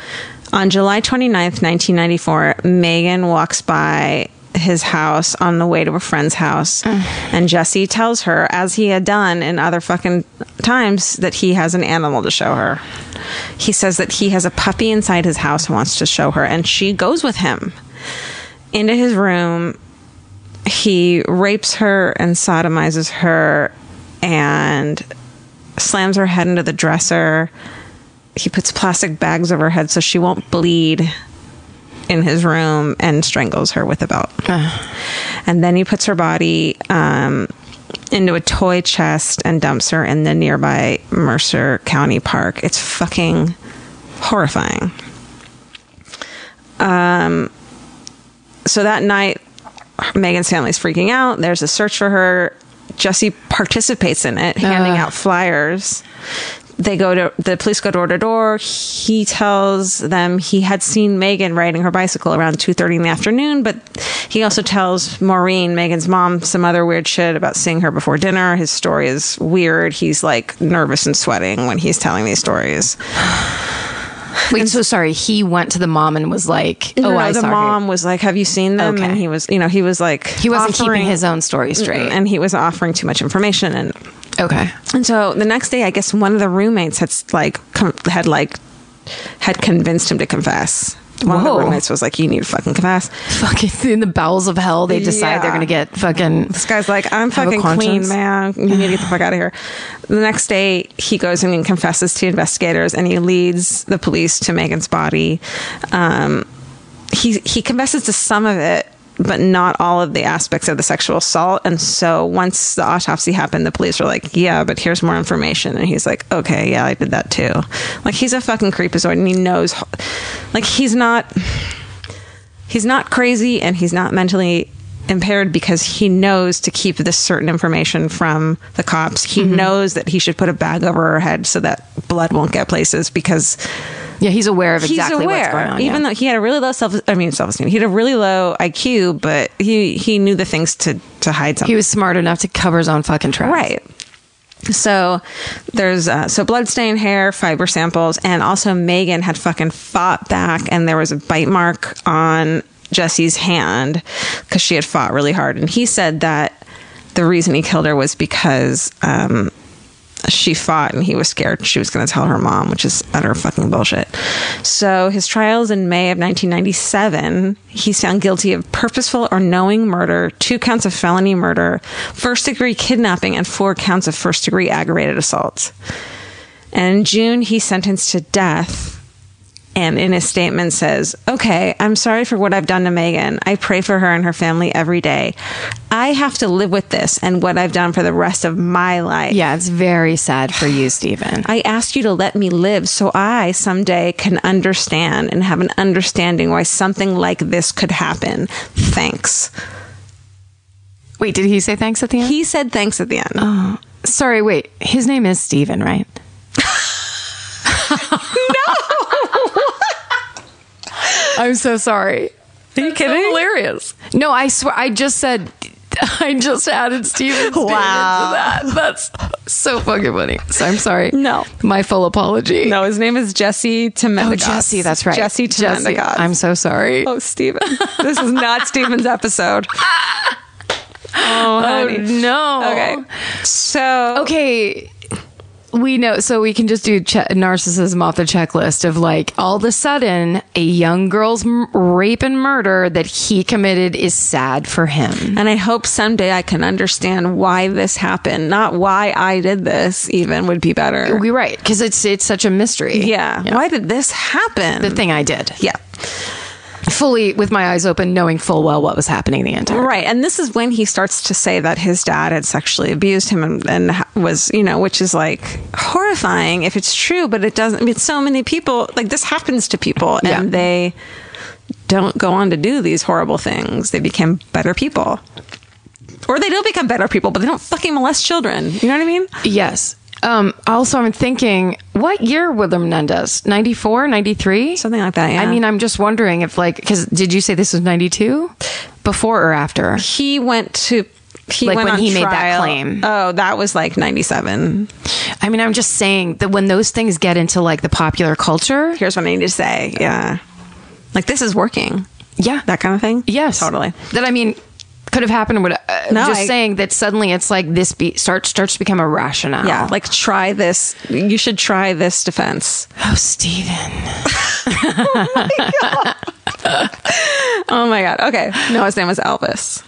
on July 29th, 1994, Megan walks by his house on the way to a friend's house. And Jesse tells her, as he had done in other fucking times, that he has an animal to show her. He says that he has a puppy inside his house and wants to show her. And she goes with him into his room he rapes her and sodomizes her and slams her head into the dresser. He puts plastic bags over her head so she won't bleed in his room and strangles her with a belt. and then he puts her body um, into a toy chest and dumps her in the nearby Mercer County Park. It's fucking horrifying. so that night, Megan's family's freaking out. There's a search for her. Jesse participates in it, handing out flyers. They go to the police go door to door. He tells them he had seen Megan riding her bicycle around two thirty in the afternoon, but he also tells Maureen, Megan's mom, some other weird shit about seeing her before dinner. His story is weird. He's like nervous and sweating when he's telling these stories. wait, so sorry. He went to the mom and was like, oh, No, no, I the saw her. mom was like, "Have you seen them?" Okay. And he was, you know, he was like, He wasn't offering- keeping his own story straight. and he was offering too much information and okay. and so the next day I guess one of the roommates had like com- had like had convinced him to confess. One of Whoa. the roommates was like, "You need to fucking confess." Fucking in the bowels of hell, they decide Yeah. they're going to get fucking. This guy's like, "I'm Have a fucking clean, conscience. man. You need to get the fuck out of here." The next day he goes in and confesses to investigators, and he leads the police to Megan's body. Um, he he confesses to some of it but not all of the aspects of the sexual assault and so once the autopsy happened the police were like yeah but here's more information and he's like okay yeah i did that too like he's a fucking creepazoid and he knows like he's not he's not crazy and he's not mentally impaired because he knows to keep this certain information from the cops he Mm-hmm. knows that he should put a bag over her head so that blood won't get places because Yeah, he's aware of exactly he's aware, what's going on. Even yeah. though he had a really low self, I mean self esteem, he had a really low IQ, but he he knew the things to to hide something. he was smart enough to cover his own fucking tracks. Right. So there's uh, so bloodstain, hair, fiber samples, and also Megan had fucking fought back, and there was a bite mark on Jesse's hand because she had fought really hard, and he said that the reason he killed her was because um, she fought and he was scared she was going to tell her mom, which is utter fucking bullshit. So his trials in May of 1997, he's found guilty of purposeful or knowing murder, two counts of felony murder, first degree kidnapping, and four counts of first degree aggravated assault. And in June, he's sentenced to death. And in his statement says, Okay, I'm sorry for what I've done to Megan. I pray for her and her family every day. I have to live with this and what I've done for the rest of my life. Yeah, it's very sad for you, Stephen. I asked you to let me live so I someday can understand and have an understanding why something like this could happen. Thanks. Wait, did he say thanks at the end? He said thanks at Oh. the end. Sorry, wait. His name is Steven, right? I'm so sorry. Are you So kidding? hilarious. No, I swear. I just said. I just added Steven's name Wow. into that. That's so fucking funny. So I'm sorry. No. my full apology. No, his name is Jesse Temendigas. oh Jesse, that's right. Jesse Temendigas. I'm so sorry. Oh, Steven. This is not Steven's episode. Oh, honey. no. Okay. So, okay we know so we can just do che- narcissism off the checklist of like all of a sudden a young girl's m- rape and murder that he committed is sad for him and I hope someday I can understand why this happened, not why I did this, even would be better. we're right because it's it's such a mystery yeah. Why did this happen? the thing i did Yeah. fully with my eyes open knowing full well what was happening the entire Right. And this is when he starts to say that his dad had sexually abused him and, and ha- was, you know, which is like horrifying if it's true, but it doesn't. I mean, so many people, like this happens to people and Yeah. they don't go on to do these horrible things. They become better people. Or they don't become better people, but they don't fucking molest children. You know what I mean? yes um also i'm thinking what year were the menendez 94 93 Something like that. Yeah. i mean i'm just wondering if like because did you say this was 92 before or after he went to. He Like went when on he made that trial. claim. Oh, that was like 97. I mean, I'm just saying that when those things get into like the popular culture, Here's what I need to say. Yeah. Like this is working. yeah, That kind of thing? yes, Totally. That I mean, could have happened. Would uh, No, just I- saying that suddenly it's like this be, start starts to become a rationale. Yeah. Oh, Like try this. You should try this defense. oh, Steven. Oh my God. Okay. No, his name was Elvis.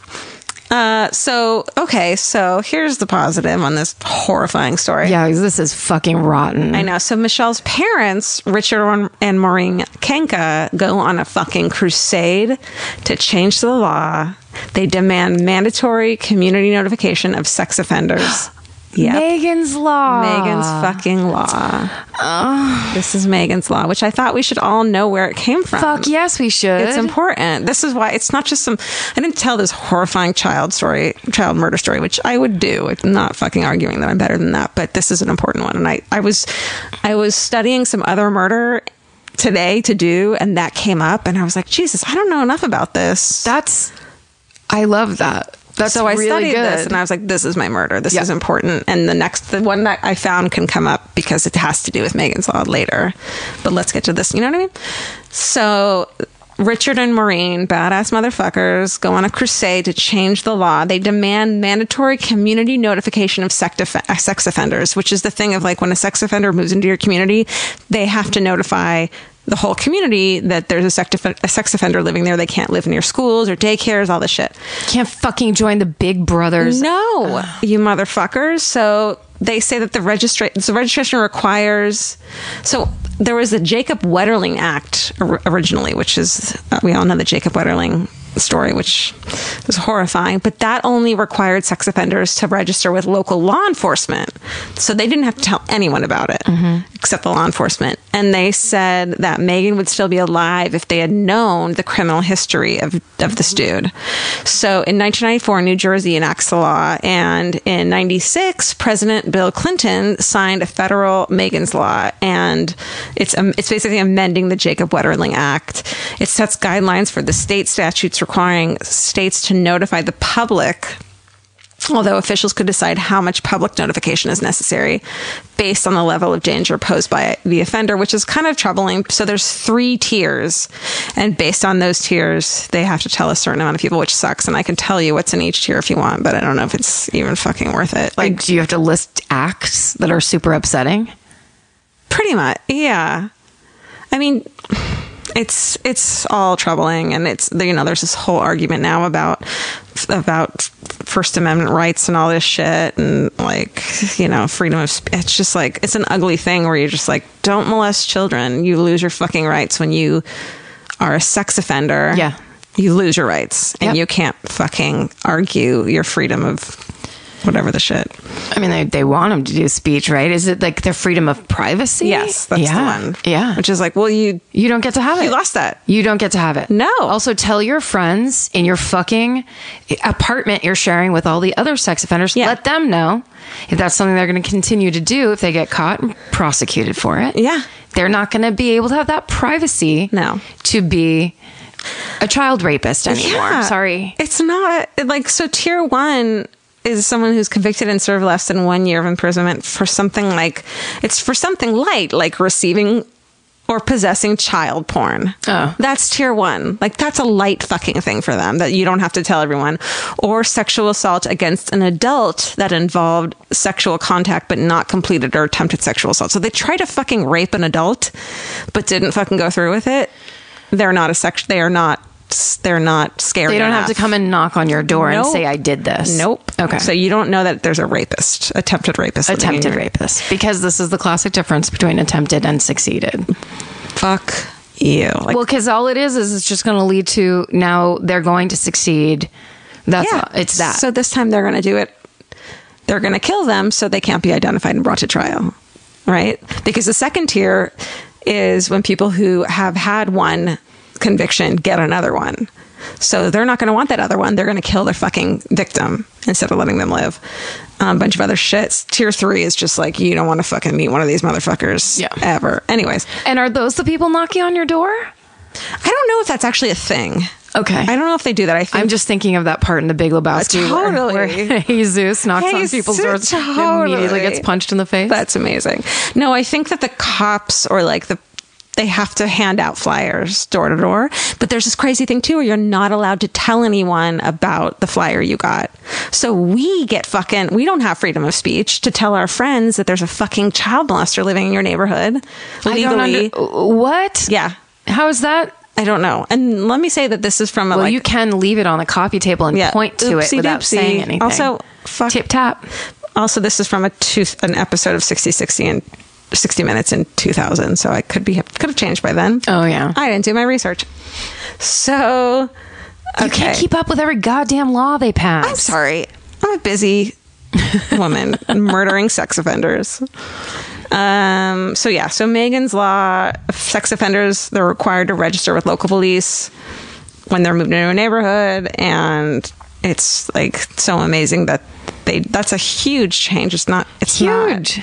Uh, so, okay. So here's the positive on this horrifying story. Yeah, this is fucking rotten. I know. So Michelle's parents, Richard and Maureen Kenka, go on a fucking crusade to change the law. They demand mandatory community notification of sex offenders. Yep. Megan's Law. Megan's fucking law. This is Megan's law, which I thought we should all know where it came from. Fuck yes, we should. It's important. This is why it's not just some. I didn't tell this horrifying child story, child murder story, which I would do. I'm not fucking arguing that I'm better than that, but this is an important one. And I, I was, I was studying some other murder today to do, and that came up, and I was like, Jesus, I don't know enough about this. That's. I love that. That's so I really studied good. this, and I was like, this is my murder. This Yeah. is important. And the next, the one that I found can come up because it has to do with Megan's Law later. But let's get to this. You know what I mean? So. Richard and Maureen, badass motherfuckers, go on a crusade to change the law. They demand mandatory community notification of sex, def- uh, sex offenders, which is the thing of like when a sex offender moves into your community, they have to notify the whole community that there's a sex, def- a sex offender living there. They can't live in your schools or daycares, all this shit. Can't fucking join the Big Brothers. No, you motherfuckers. So they say that the registra- so registration requires. So there was the Jacob Wetterling Act or- originally, which is uh, we all know the Jacob Wetterling story, which was horrifying. But that only required sex offenders to register with local law enforcement, so they didn't have to tell anyone about it except the law enforcement. And they said that Megan would still be alive if they had known the criminal history of, of this dude. So in 1994, New Jersey enacts the law. And in 96, President Bill Clinton signed a federal Megan's Law. And it's, um, it's basically amending the Jacob Wetterling Act. It sets guidelines for the state statutes requiring states to notify the public although officials could decide how much public notification is necessary based on the level of danger posed by the offender which is kind of troubling so there's three tiers and based on those tiers they have to tell a certain amount of people which sucks and i can tell you what's in each tier if you want but i don't know if it's even fucking worth it like Do you have to list acts that are super upsetting? pretty much yeah i mean it's it's all troubling and it's you know there's this whole argument now about about first amendment rights and all this shit and like you know freedom of sp- it's just like it's an ugly thing where you're just like don't molest children you lose your fucking rights when you are a sex offender Yeah. you lose your rights and Yep. you can't fucking argue your freedom of whatever the shit. I mean, they, they want him to do speech, right? Is it like the freedom of privacy? Yes, that's yeah. the one. Yeah. Which is like, well, you you don't get to have it. you lost that. You don't get to have it. No. Also, tell your friends in your fucking apartment you're sharing with all the other sex offenders. Yeah. Let them know if that's something they're going to continue to do if they get caught and prosecuted for it. Yeah. They're not going to be able to have that privacy. No. To be a child rapist anymore. Yeah. Sorry. It's not like so tier one is someone who's convicted and served less than one year of imprisonment for something like it's for something light, like receiving or possessing child porn. Oh. That's tier one. Like that's a light fucking thing for them that you don't have to tell everyone. Or sexual assault against an adult that involved sexual contact but not completed or attempted sexual assault. So they try to fucking rape an adult but didn't fucking go through with it. They're not a sex they are not they're not scary. They don't have enough. to come and knock on your door and Nope. say, I did this. Nope. Okay. So you don't know that there's a rapist, attempted rapist, living in attempted your- rapist because this is the classic difference between attempted and succeeded. Fuck you. Like, well, because all it is is it's just going to lead to now they're going to succeed. That's all. it's that. So this time they're going to do it. They're going to kill them so they can't be identified and brought to trial, right? Because the second tier is when people who have had one conviction get another one. So they're not going to want that other one. They're going to kill their fucking victim instead of letting them live. A um, bunch of other shits. Tier three is just like you don't want to fucking meet one of these motherfuckers Yeah. ever. Anyways, and are those the people knocking on your door? I don't know if that's actually a thing. Okay. I don't know if they do that. I think I'm just thinking of that part in The Big Lebowski where- Totally. where, Jesus knocks on Jesus, people's doors and immediately totally. gets punched in the face. that's amazing. No, I think that the cops or like the they have to hand out flyers door to door. But there's this crazy thing too where you're not allowed to tell anyone about the flyer you got. So we get fucking we don't have freedom of speech to tell our friends that there's a fucking child molester living in your neighborhood I legally. don't under- what? yeah. How is that? I don't know. And let me say that this is from a Well, like you can leave it on the coffee table and Yeah. point to it Oopsie without doopsie. saying anything. Also, fuck- tip tap. Also, this is from a two, an episode of 60, 60 and 60 Minutes in 2000, so I could be could have changed by then. Oh, yeah. I didn't do my research. So, okay. You can't keep up with every goddamn law they pass. I'm sorry. I'm a busy woman murdering sex offenders. Um, so yeah, so Megan's law, sex offenders, they're required to register with local police when they're moved into a neighborhood and it's like so amazing that they that's a huge change. It's not it's not- Huge.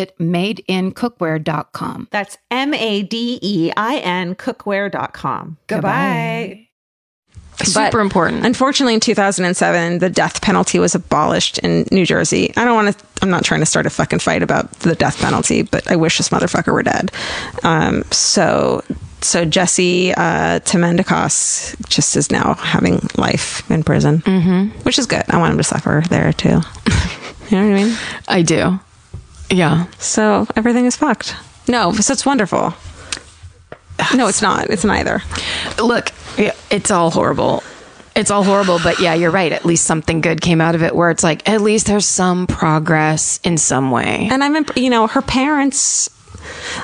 madeincookware.com. That's M A D E I N cookware.com. Goodbye. Super important. Unfortunately, in 2007, the death penalty was abolished in New Jersey. I don't want to. I'm not trying to start a fucking fight about the death penalty, but I wish this motherfucker were dead. Um, so, so Jesse uh, Temendakos just is now having life in prison, mm-hmm. which is good. I want him to suffer there too. you know what I mean? I do. Yeah. So everything is fucked. No, so it's wonderful. No, it's not. It's neither. Look, yeah, it's all horrible. It's all horrible, but yeah, you're right. At least something good came out of it where it's like, at least there's some progress in some way. and I'm, imp- you know, her parents.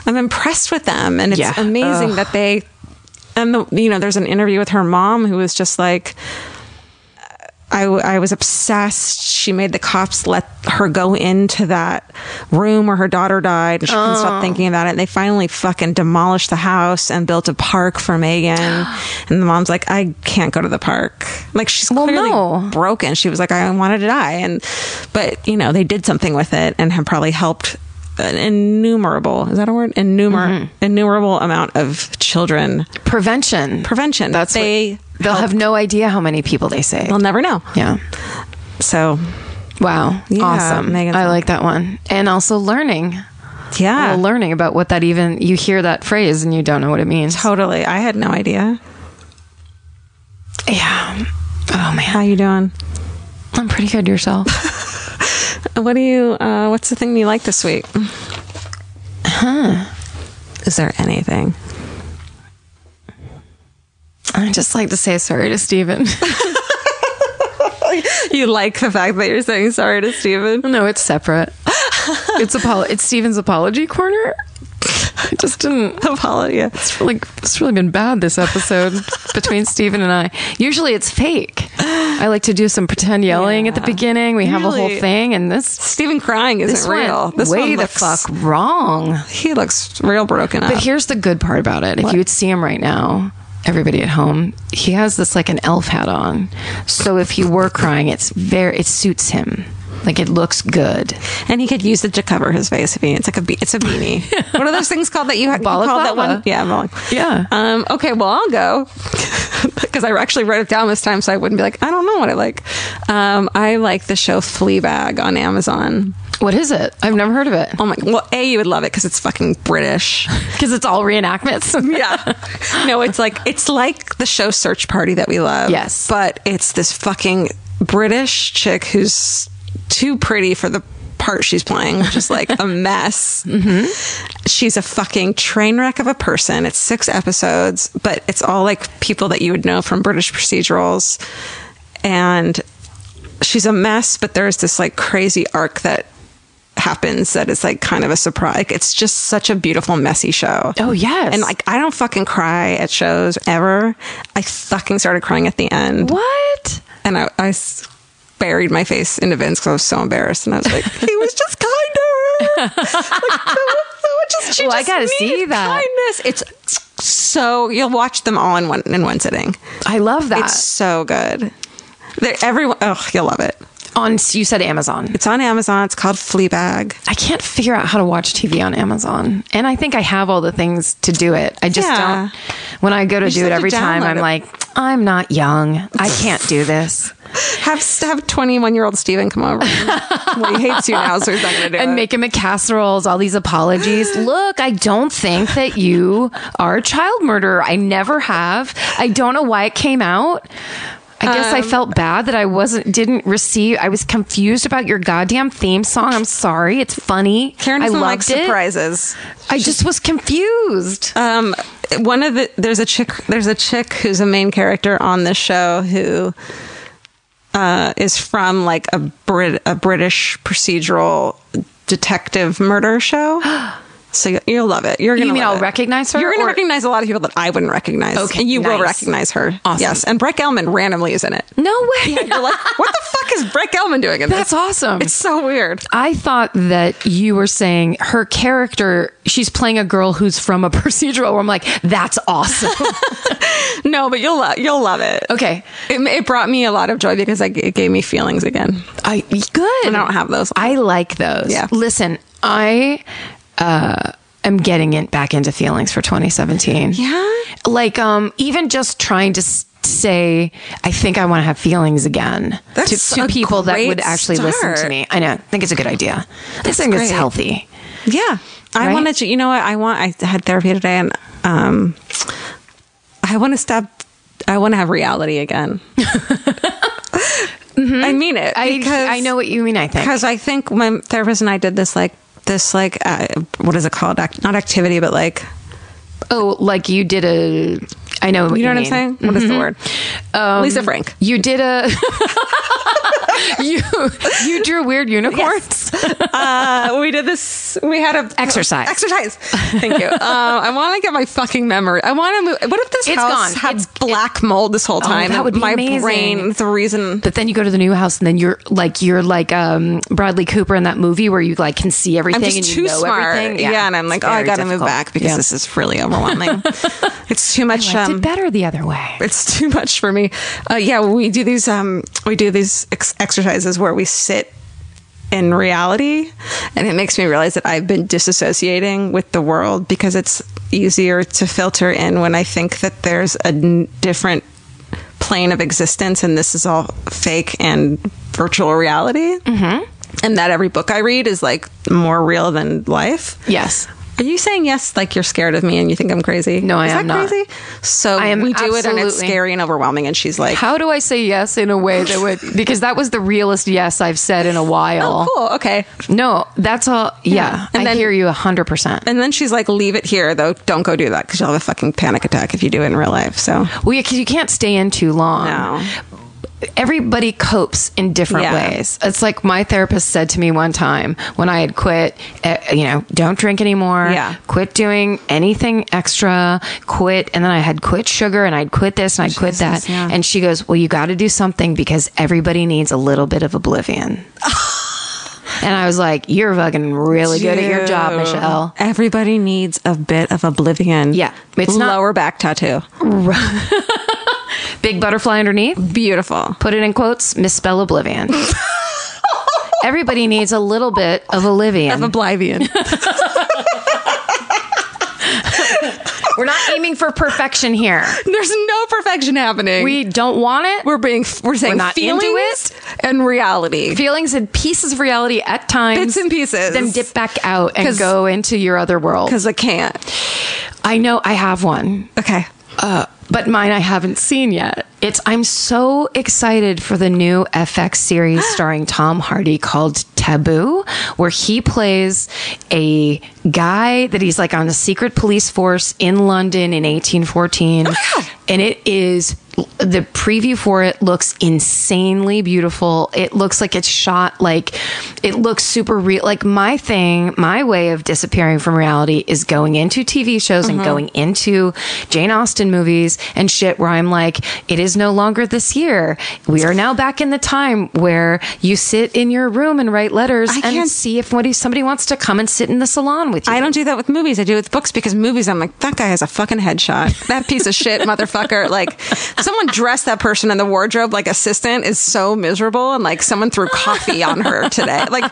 I'm impressed with them, and it's Yeah. amazing that they and the, you know, there's an interview with her mom who was just like, I, w- I was obsessed. She made the cops let her go into that room where her daughter died. And she couldn't stop thinking about it. And they finally fucking demolished the house and built a park for Megan. and the mom's like, I can't go to the park. Like she's Well, clearly no. broken. She was like, I wanted to die. And, but you know, they did something with it and have probably helped an innumerable, is that a word? Innumer- Mm-hmm. Innumerable amount of children. Prevention. Prevention. That's what- they, They'll have no idea how many people they saved. they'll never know. Yeah. So Wow. Yeah, awesome. Megan's I awesome. like that one. And also learning. yeah. Well, learning about what that even you hear that phrase and you don't know what it means. Totally. I had no idea. Yeah. Oh man. How you doing? I'm pretty good yourself. What do you uh what's the thing you like this week? Huh. Is there anything? I just like to say sorry to Steven. You like the fact that you're saying sorry to Steven? no, it's separate. It's apolo- it's Steven's apology corner. I just didn't Apologia. it's really it's really been bad this episode between Steven and I. Usually it's fake. I like to do some pretend yelling at the beginning. We have a whole Really? thing and this Steven crying isn't this went real. This way one the looks, fuck wrong. He looks real broken up. But here's the good part about it. If you would see him right now, everybody at home, he has this like an elf hat on. So if he were crying, it's very it suits him. Like it looks good. and he could use it to cover his face if he it's like a be- it's a beanie. what are those things called that you, you called Balaclava. that one? Yeah, balaclava. Yeah. Um, okay, well, I'll go because I actually wrote it down this time, so I wouldn't be like, I don't know what I like. Um, I like the show Fleabag on Amazon. What is it? I've never heard of it. Oh my! Well, a you would love it because it's fucking British. Because it's all reenactments. Yeah. no, it's like it's like the show Search Party that we love. Yes. but it's this fucking British chick who's too pretty for the part she's playing, which is like a mess. She's a fucking train wreck of a person. It's six episodes, but it's all like people that you would know from British procedurals, and she's a mess. But there's this like crazy arc that happens that is like kind of a surprise. Like, It's just such a beautiful, messy show. Oh, yes. And like I don't fucking cry at shows ever. I fucking started crying at the end. what? And I, I s- buried my face into Vince because I was so embarrassed. And I was like, he was just kinder. like, so, so just, she Well, I just gotta see needed that. kindness. It's so you'll watch them all in one in one sitting. I love that. It's so good. They're everyone. Oh, you'll love it. on you said Amazon. It's on Amazon. It's called Fleabag. I can't figure out how to watch TV on Amazon. And I think I have all the things to do it. I just Yeah. don't. When I go to You just do it have to every time, download I'm it. like, I'm not young. I can't do this. Have have twenty one year old Steven come over. well, he hates you now, so he's not gonna do it. and make him a casseroles, all these apologies. Look, I don't think that you are a child murderer. I never have. I don't know why it came out. I guess Um, I felt bad that I wasn't didn't receive. I was confused about your goddamn theme song. I'm sorry. It's funny. Karen I doesn't loved like it. surprises. I just was confused. um one of the there's a chick there's a chick who's a main character on the show who uh is from like a brit a british procedural detective murder show so you- you'll love it you're You gonna mean love I'll it. recognize her, you're gonna or- recognize a lot of people that i wouldn't recognize Okay, and you will nice. recognize her Awesome. yes and breck elman randomly is in it no way. you're like what the fuck is breck elman doing in That's this awesome. it's so weird I thought that you were saying her character, she's playing a girl who's from a procedural where I'm like, that's awesome. no but you'll lo- you'll love it Okay. it, it brought me a lot of joy because I, it gave me feelings again I good. And I don't have those. I like those. Yeah. Listen, I uh, am getting it back into feelings for 2017. Yeah? Like, um, even just trying to s- say, I think I want to have feelings again That's to, to a people that great would actually listen to start. me. I know. I think it's a good idea. I think it's great. healthy. Yeah. I Right? wanted to, you know what? I want, I had therapy today and um, I want to stop, I want to have reality again. Mm-hmm. I mean it. I, I know what you mean. I think. Because I think my therapist and I did this, like, this, like, uh, what is it called? Act, not activity, but like, Oh, like you did a. I know. What you know what I'm mean. Mm-hmm. saying? What is the word? Um, Lisa Frank. You did a. you you drew weird unicorns. uh, we did this. We had a Exercise. Exercise. Thank you. Uh, I want to get my fucking memory. I want to move. What if this It's house gone. had It's- Oh, black mold this whole time? that would be my amazing. brain. The reason. But then you go to the new house, and then you're like you're like um, Bradley Cooper in that movie where you like can see everything I'm just and you too know smart. everything. Yeah. and I'm it's like, oh, I very gotta move difficult. back because Yeah. this is really overwhelming. it's too much. I um, did better the other way. it's too much for me. Uh, yeah, we do these um, we do these ex- exercises where we sit in reality, and it makes me realize that I've been disassociating with the world because it's easier to filter in when I think that there's a n- different plane of existence, and this is all fake and virtual reality. Mm-hmm. And that every book I read is like more real than life. Yes. Are you saying yes? Like you're scared of me and you think I'm crazy? No, I Is am that not. Crazy? So I am we do it and it's absolutely- scary and overwhelming. And she's like, How do I say yes in a way that would because that was the realest yes I've said in a while. oh, cool, okay. No, that's all. Yeah, And I then- hear you hundred percent. And then she's like, leave it here though. Don't go do that because you'll have a fucking panic attack if you do it in real life. So Well, yeah, because you can't stay in too long. no, Everybody copes in different Yeah. ways. It's like my therapist said to me one time when I had quit, uh, you know, don't drink anymore. Yeah. Quit doing anything extra. Quit. And then I had quit sugar and I'd quit this and I'd quit that. yeah. And she goes, well, you got to do something because everybody needs a little bit of oblivion. and I was like, you're fucking really good at your job, Ew. Michelle. Everybody needs a bit of oblivion. Yeah. It's not- lower back tattoo. Big butterfly underneath. Beautiful. put it in quotes, misspell oblivion. Everybody needs a little bit of oblivion. Oblivion. We're not aiming for perfection here. There's no perfection happening. We don't want it. we're being we're saying We're not into feelings and reality. feelings and pieces of reality at times. Bits and pieces. Then dip back out and 'Cause- go into your other world. Because I can't. I know I have one. Okay. Uh, but mine I haven't seen yet. It's I'm so excited for the new FX series starring Tom Hardy called Taboo, where he plays a guy that he's like on the secret police force in London in 1814, and it is the preview for it looks insanely beautiful. It looks like it's shot like it looks super real. Like my thing, my way of disappearing from reality is going into TV shows Mm-hmm. and going into Jane Austen movies and shit where I'm like, it is no longer this year. We are now back in the time where you sit in your room and write letters I and can't- see if what somebody wants to come and sit in the salon with you. I don't do that with movies. I do it with books because movies, I'm like, that guy has a fucking headshot. That piece of shit, motherfucker. Like, someone dressed that person in the wardrobe, like, assistant is so miserable. And, like, someone threw coffee on her today. Like,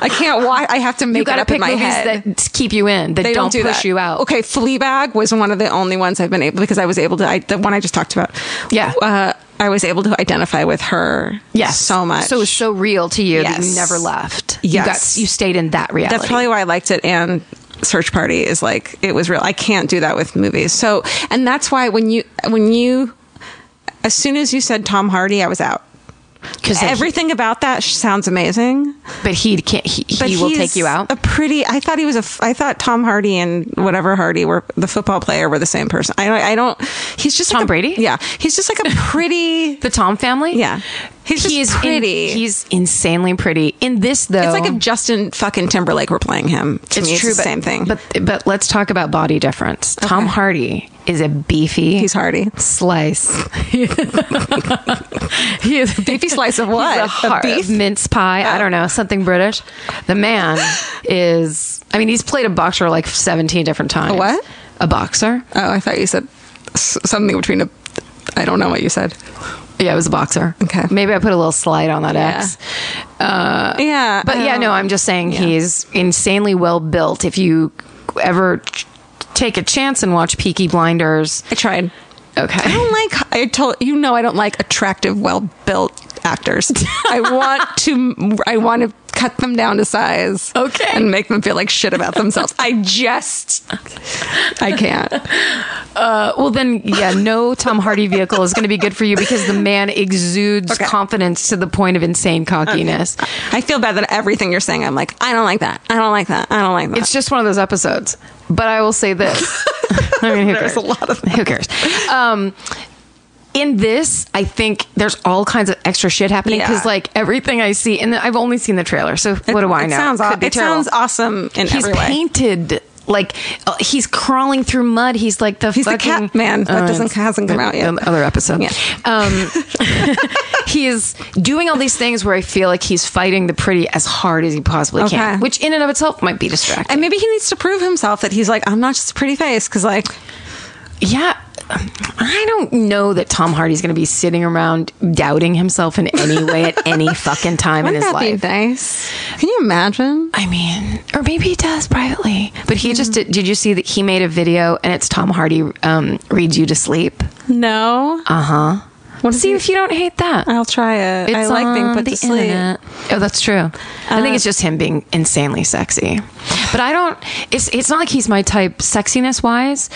I can't watch. I have to make you it gotta up in pick my movies head. that keep you in, that they don't, don't, do push that. you out. Okay, Fleabag was one of the only ones I've been able because I was able to. I, the one I just talked about. Yeah. uh, I was able to identify with her. Yes. so much. So it was so real to you that you Yes. never left. You, Yes. got, you stayed in that reality. That's probably why I liked it. And Search Party is like it was real. I can't do that with movies. So, and that's why when you when you as soon as you said Tom Hardy, I was out. because Everything about that sh- sounds amazing, but he can't. He, but he will take he's you out. A pretty. I thought he was a. f- I thought Tom Hardy and whatever Hardy were the football player were the same person. I don't. I don't. He's just Tom like a- Brady? Yeah, he's just like a pretty. the Tom family. Yeah. He's just He is in- pretty. he's insanely pretty. In this though, it's like if Justin fucking Timberlake were playing him. To me, it's the Oh. but, same thing. But but let's talk about body difference. Tom Hardy is a beefy. he's Hardy. slice. he is a Beefy slice of what? He's a heart beef? Oh. of mince pie. I don't know something British. The man is. I mean, he's played a boxer like seventeen different times. what? A boxer. Oh, I thought you said s- something between a. I don't know what you said. Yeah, it was a boxer. Okay. Maybe I put a little slide on that X. Uh, Yeah, um, But yeah, no, I'm just saying he's insanely well built. If you ever ch- take a chance and watch Peaky Blinders, I tried. okay. I don't like. I told you know I don't like attractive, well-built actors. I want to. I want to cut them down to size. Okay. and make them feel like shit about themselves. I just. I can't. Uh, well, then, yeah, no Tom Hardy vehicle is going to be good for you because the man exudes Okay. Uh, confidence to the point of insane cockiness. I feel bad that everything you're saying, I'm like, I don't like that. I don't like that. I don't like that. It's just one of those episodes. But I will say this. I mean, who cares? There's a lot of who cares? Um, in this, I think there's all kinds of extra shit happening because Yeah. like everything I see, and I've only seen the trailer, so what do I it know? Sounds aw- Could be it terrible. sounds awesome in He's every way. painted like uh, he's crawling through mud. He's like the He's the fucking cat man. That doesn't- hasn't come out yet. um, Other episode. Yeah. Um, he is doing all these things where I feel like he's fighting the pretty as hard as he possibly Okay. can, which in and of itself might be distracting. and maybe he needs to prove himself that he's like I'm not just a pretty face because like yeah. um, I don't know that Tom Hardy's going to be sitting around doubting himself in any way at any fucking time in wouldn't his that life. be nice? Can you imagine? I mean, or maybe he does privately. But he just did. Did you see that he made a video and it's Tom Hardy um, reads you to sleep? No. Uh huh. What is See he- if you don't hate that. I'll try it. I It's like being on put the to sleep. Uh, internet. Oh, that's true. I think it's just him being insanely sexy. But I don't. It's it's not like he's my type sexiness wise.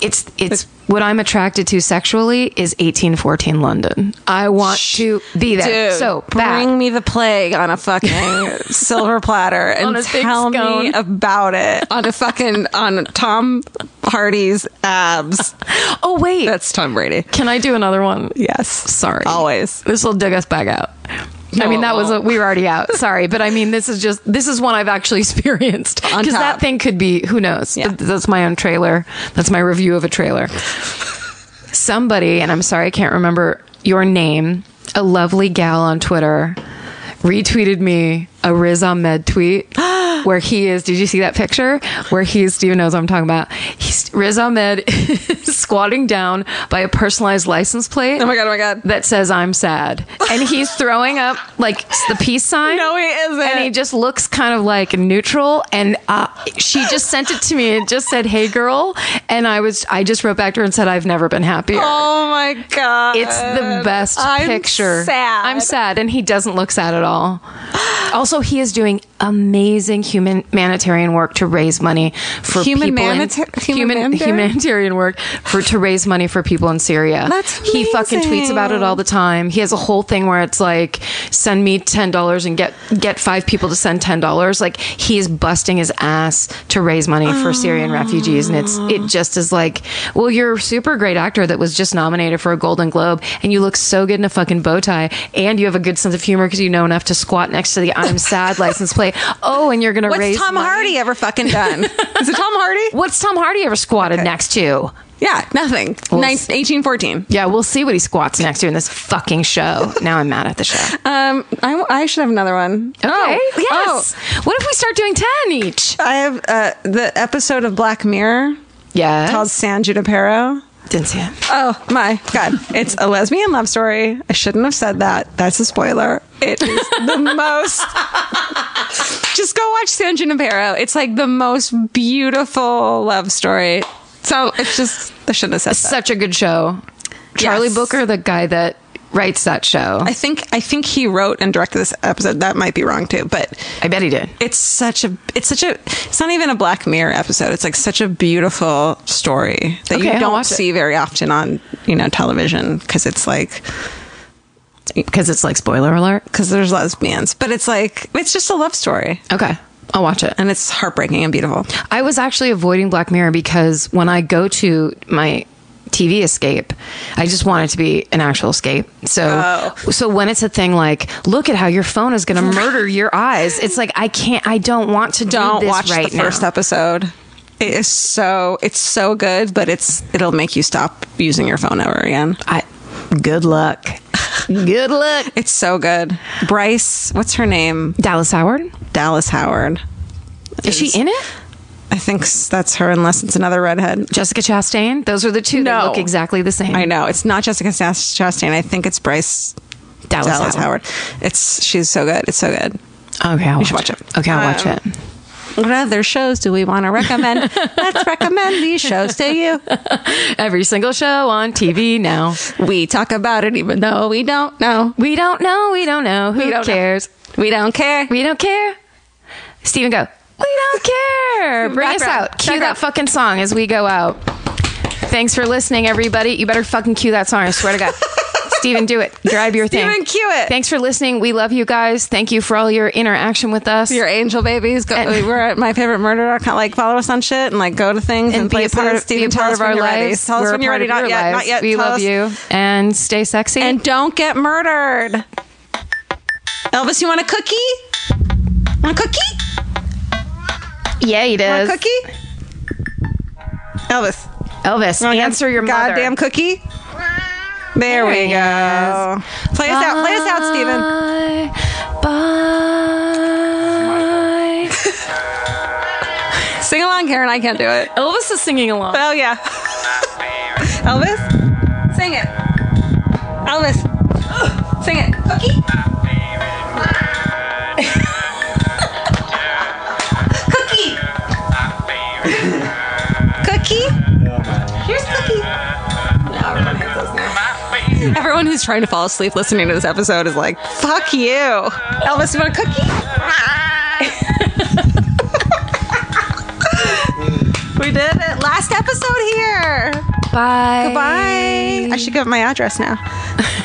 It's it's what I'm attracted to sexually is 1814 London. I want to be there. Dude, so bad. bring me the plague on a fucking silver platter and On a big tell me scone. about it on a fucking on Tom Hardy's abs. oh wait, That's Tom Brady. can I do another one? Yes. Sorry. Always. This will dig us back out. I No, mean, it that was a, won't. we were already out. Sorry, but I mean, this is just this is one I've actually experienced On because that top. thing could be who knows. Yeah. Th- That's my own trailer. That's my review of a trailer. Somebody, and I'm sorry, I can't remember your name. A lovely gal on Twitter retweeted me a Riz Ahmed tweet where he is. Did you see that picture where he's? Steven knows what I'm talking about. He's, Riz Ahmed is squatting down by a personalized license plate Oh my God, oh my God. that says I'm sad, and he's throwing up like the peace sign. No, he isn't. And he just looks kind of like neutral. And uh, she just sent it to me. It just said, "Hey, girl," and I was I just wrote back to her and said, "I've never been happier." Oh my god. It's the best I'm picture. Sad. I'm sad, and he doesn't look sad at all. Also, he is doing amazing human humanitarian work to raise money for Human people in- manita- human, human manitarian? humanitarian work for to raise money for people in Syria. That's he fucking tweets about it amazing. all the time. He has a whole thing where it's like, send me ten dollars and get get five people to send ten dollars. Like he is busting his ass to raise money for Syrian refugees, and it's it just is like, well, you're a super great actor that was just nominated for a Golden Globe, and you look so good in a fucking bow tie, and you have a good sense of humor because you know enough to squat next to the I'm sad license plate. Oh, and you're gonna What's raise Tom money. Hardy ever fucking done? Is it Tom Hardy? What's Tom Hardy ever squatted next to? Yeah, nothing. Nin- 1814. Yeah, we'll see what he squats next to in this fucking show. Now I'm mad at the show. Um, I, I should have another one. Okay. Oh, yes. oh. What if we start doing 10 each? I have uh, the episode of Black Mirror Yes. called San Junipero. Didn't see it. Oh my god! It's a lesbian love story. I shouldn't have said that. That's a spoiler. It is the most. Just go watch San Junipero. It's like the most beautiful love story. So it's just I shouldn't have said that. Such a good show. Charlie Yes. Booker, the guy that writes that show. I I, think I think he wrote and directed this episode. That might be wrong too, but bet he did. it's such a it's such a it's not even a Black Mirror episode. It's like such a beautiful story that Okay, you I'll don't watch it. see very often on you know television because it's like Because it's like spoiler alert. because there's lesbians, but it's like it's just a love story Okay. I'll watch it. and it's heartbreaking and beautiful. I was actually avoiding Black Mirror because when I go to my TV escape, I just want it to be an actual escape. So, so when it's a thing like, look at how your phone is going to murder your eyes, it's like I can't, I don't want to Don't do this watch right the first now. episode. It is so it's so good, but it's it'll make you stop using your phone ever again. I, good luck. good luck. It's so good. Bryce, what's her name? Dallas Howard. Dallas Howard. Is she in it? I think s- that's her, unless it's another redhead. Jessica Chastain. Those are the two that No. look exactly the same. I know it's not Jessica Chas- Chastain. I think it's Bryce Dallas, Dallas Howard. Howard. It's she's so good. It's so good. Okay, I'll should watch it. Okay, I'll watch Um, it. What other shows do we want to recommend? Let's recommend these shows to you. Every single show on TV now. We talk about it even though we don't know. We don't know. We don't know. Who don't know. cares? We don't care. We don't care. Stephen, go. We don't care. Bring us Background. out. Cue that fucking song as we go out. Thanks for listening, everybody. You better fucking cue that song. I swear to God. Steven, do it. Drive your thing. Steven, cue it. Thanks for listening. We love you guys. Thank you for all your interaction with us. your angel babies. Go, we're at myfavoritemurder.com. Like follow us on shit and like go to things and, and be a places. part of, Steven, be a tell part us of when our you're ready. lives. Tell us We're a when you're part ready. of Not your yet. Not lives. yet. We Tell love us. you. And stay sexy. And don't get murdered. Elvis, you want a cookie? Want a cookie? yeah, he Want does. a cookie? Elvis. Elvis, Oh, yeah. answer your mother. goddamn cookie. There, we he Ah. go. Play us out. Play us out, Steven. Bye. Sing along, Karen. I can't do it. Elvis is singing along. Oh yeah. Elvis, sing it. Elvis, sing it. Cookie. Cookie. Cookie. Here's Cookie. Everyone who's trying to fall asleep listening to this episode is like, fuck you. Elvis, you want a cookie? we did it. Last episode here. Bye. Bye. I should give my address now.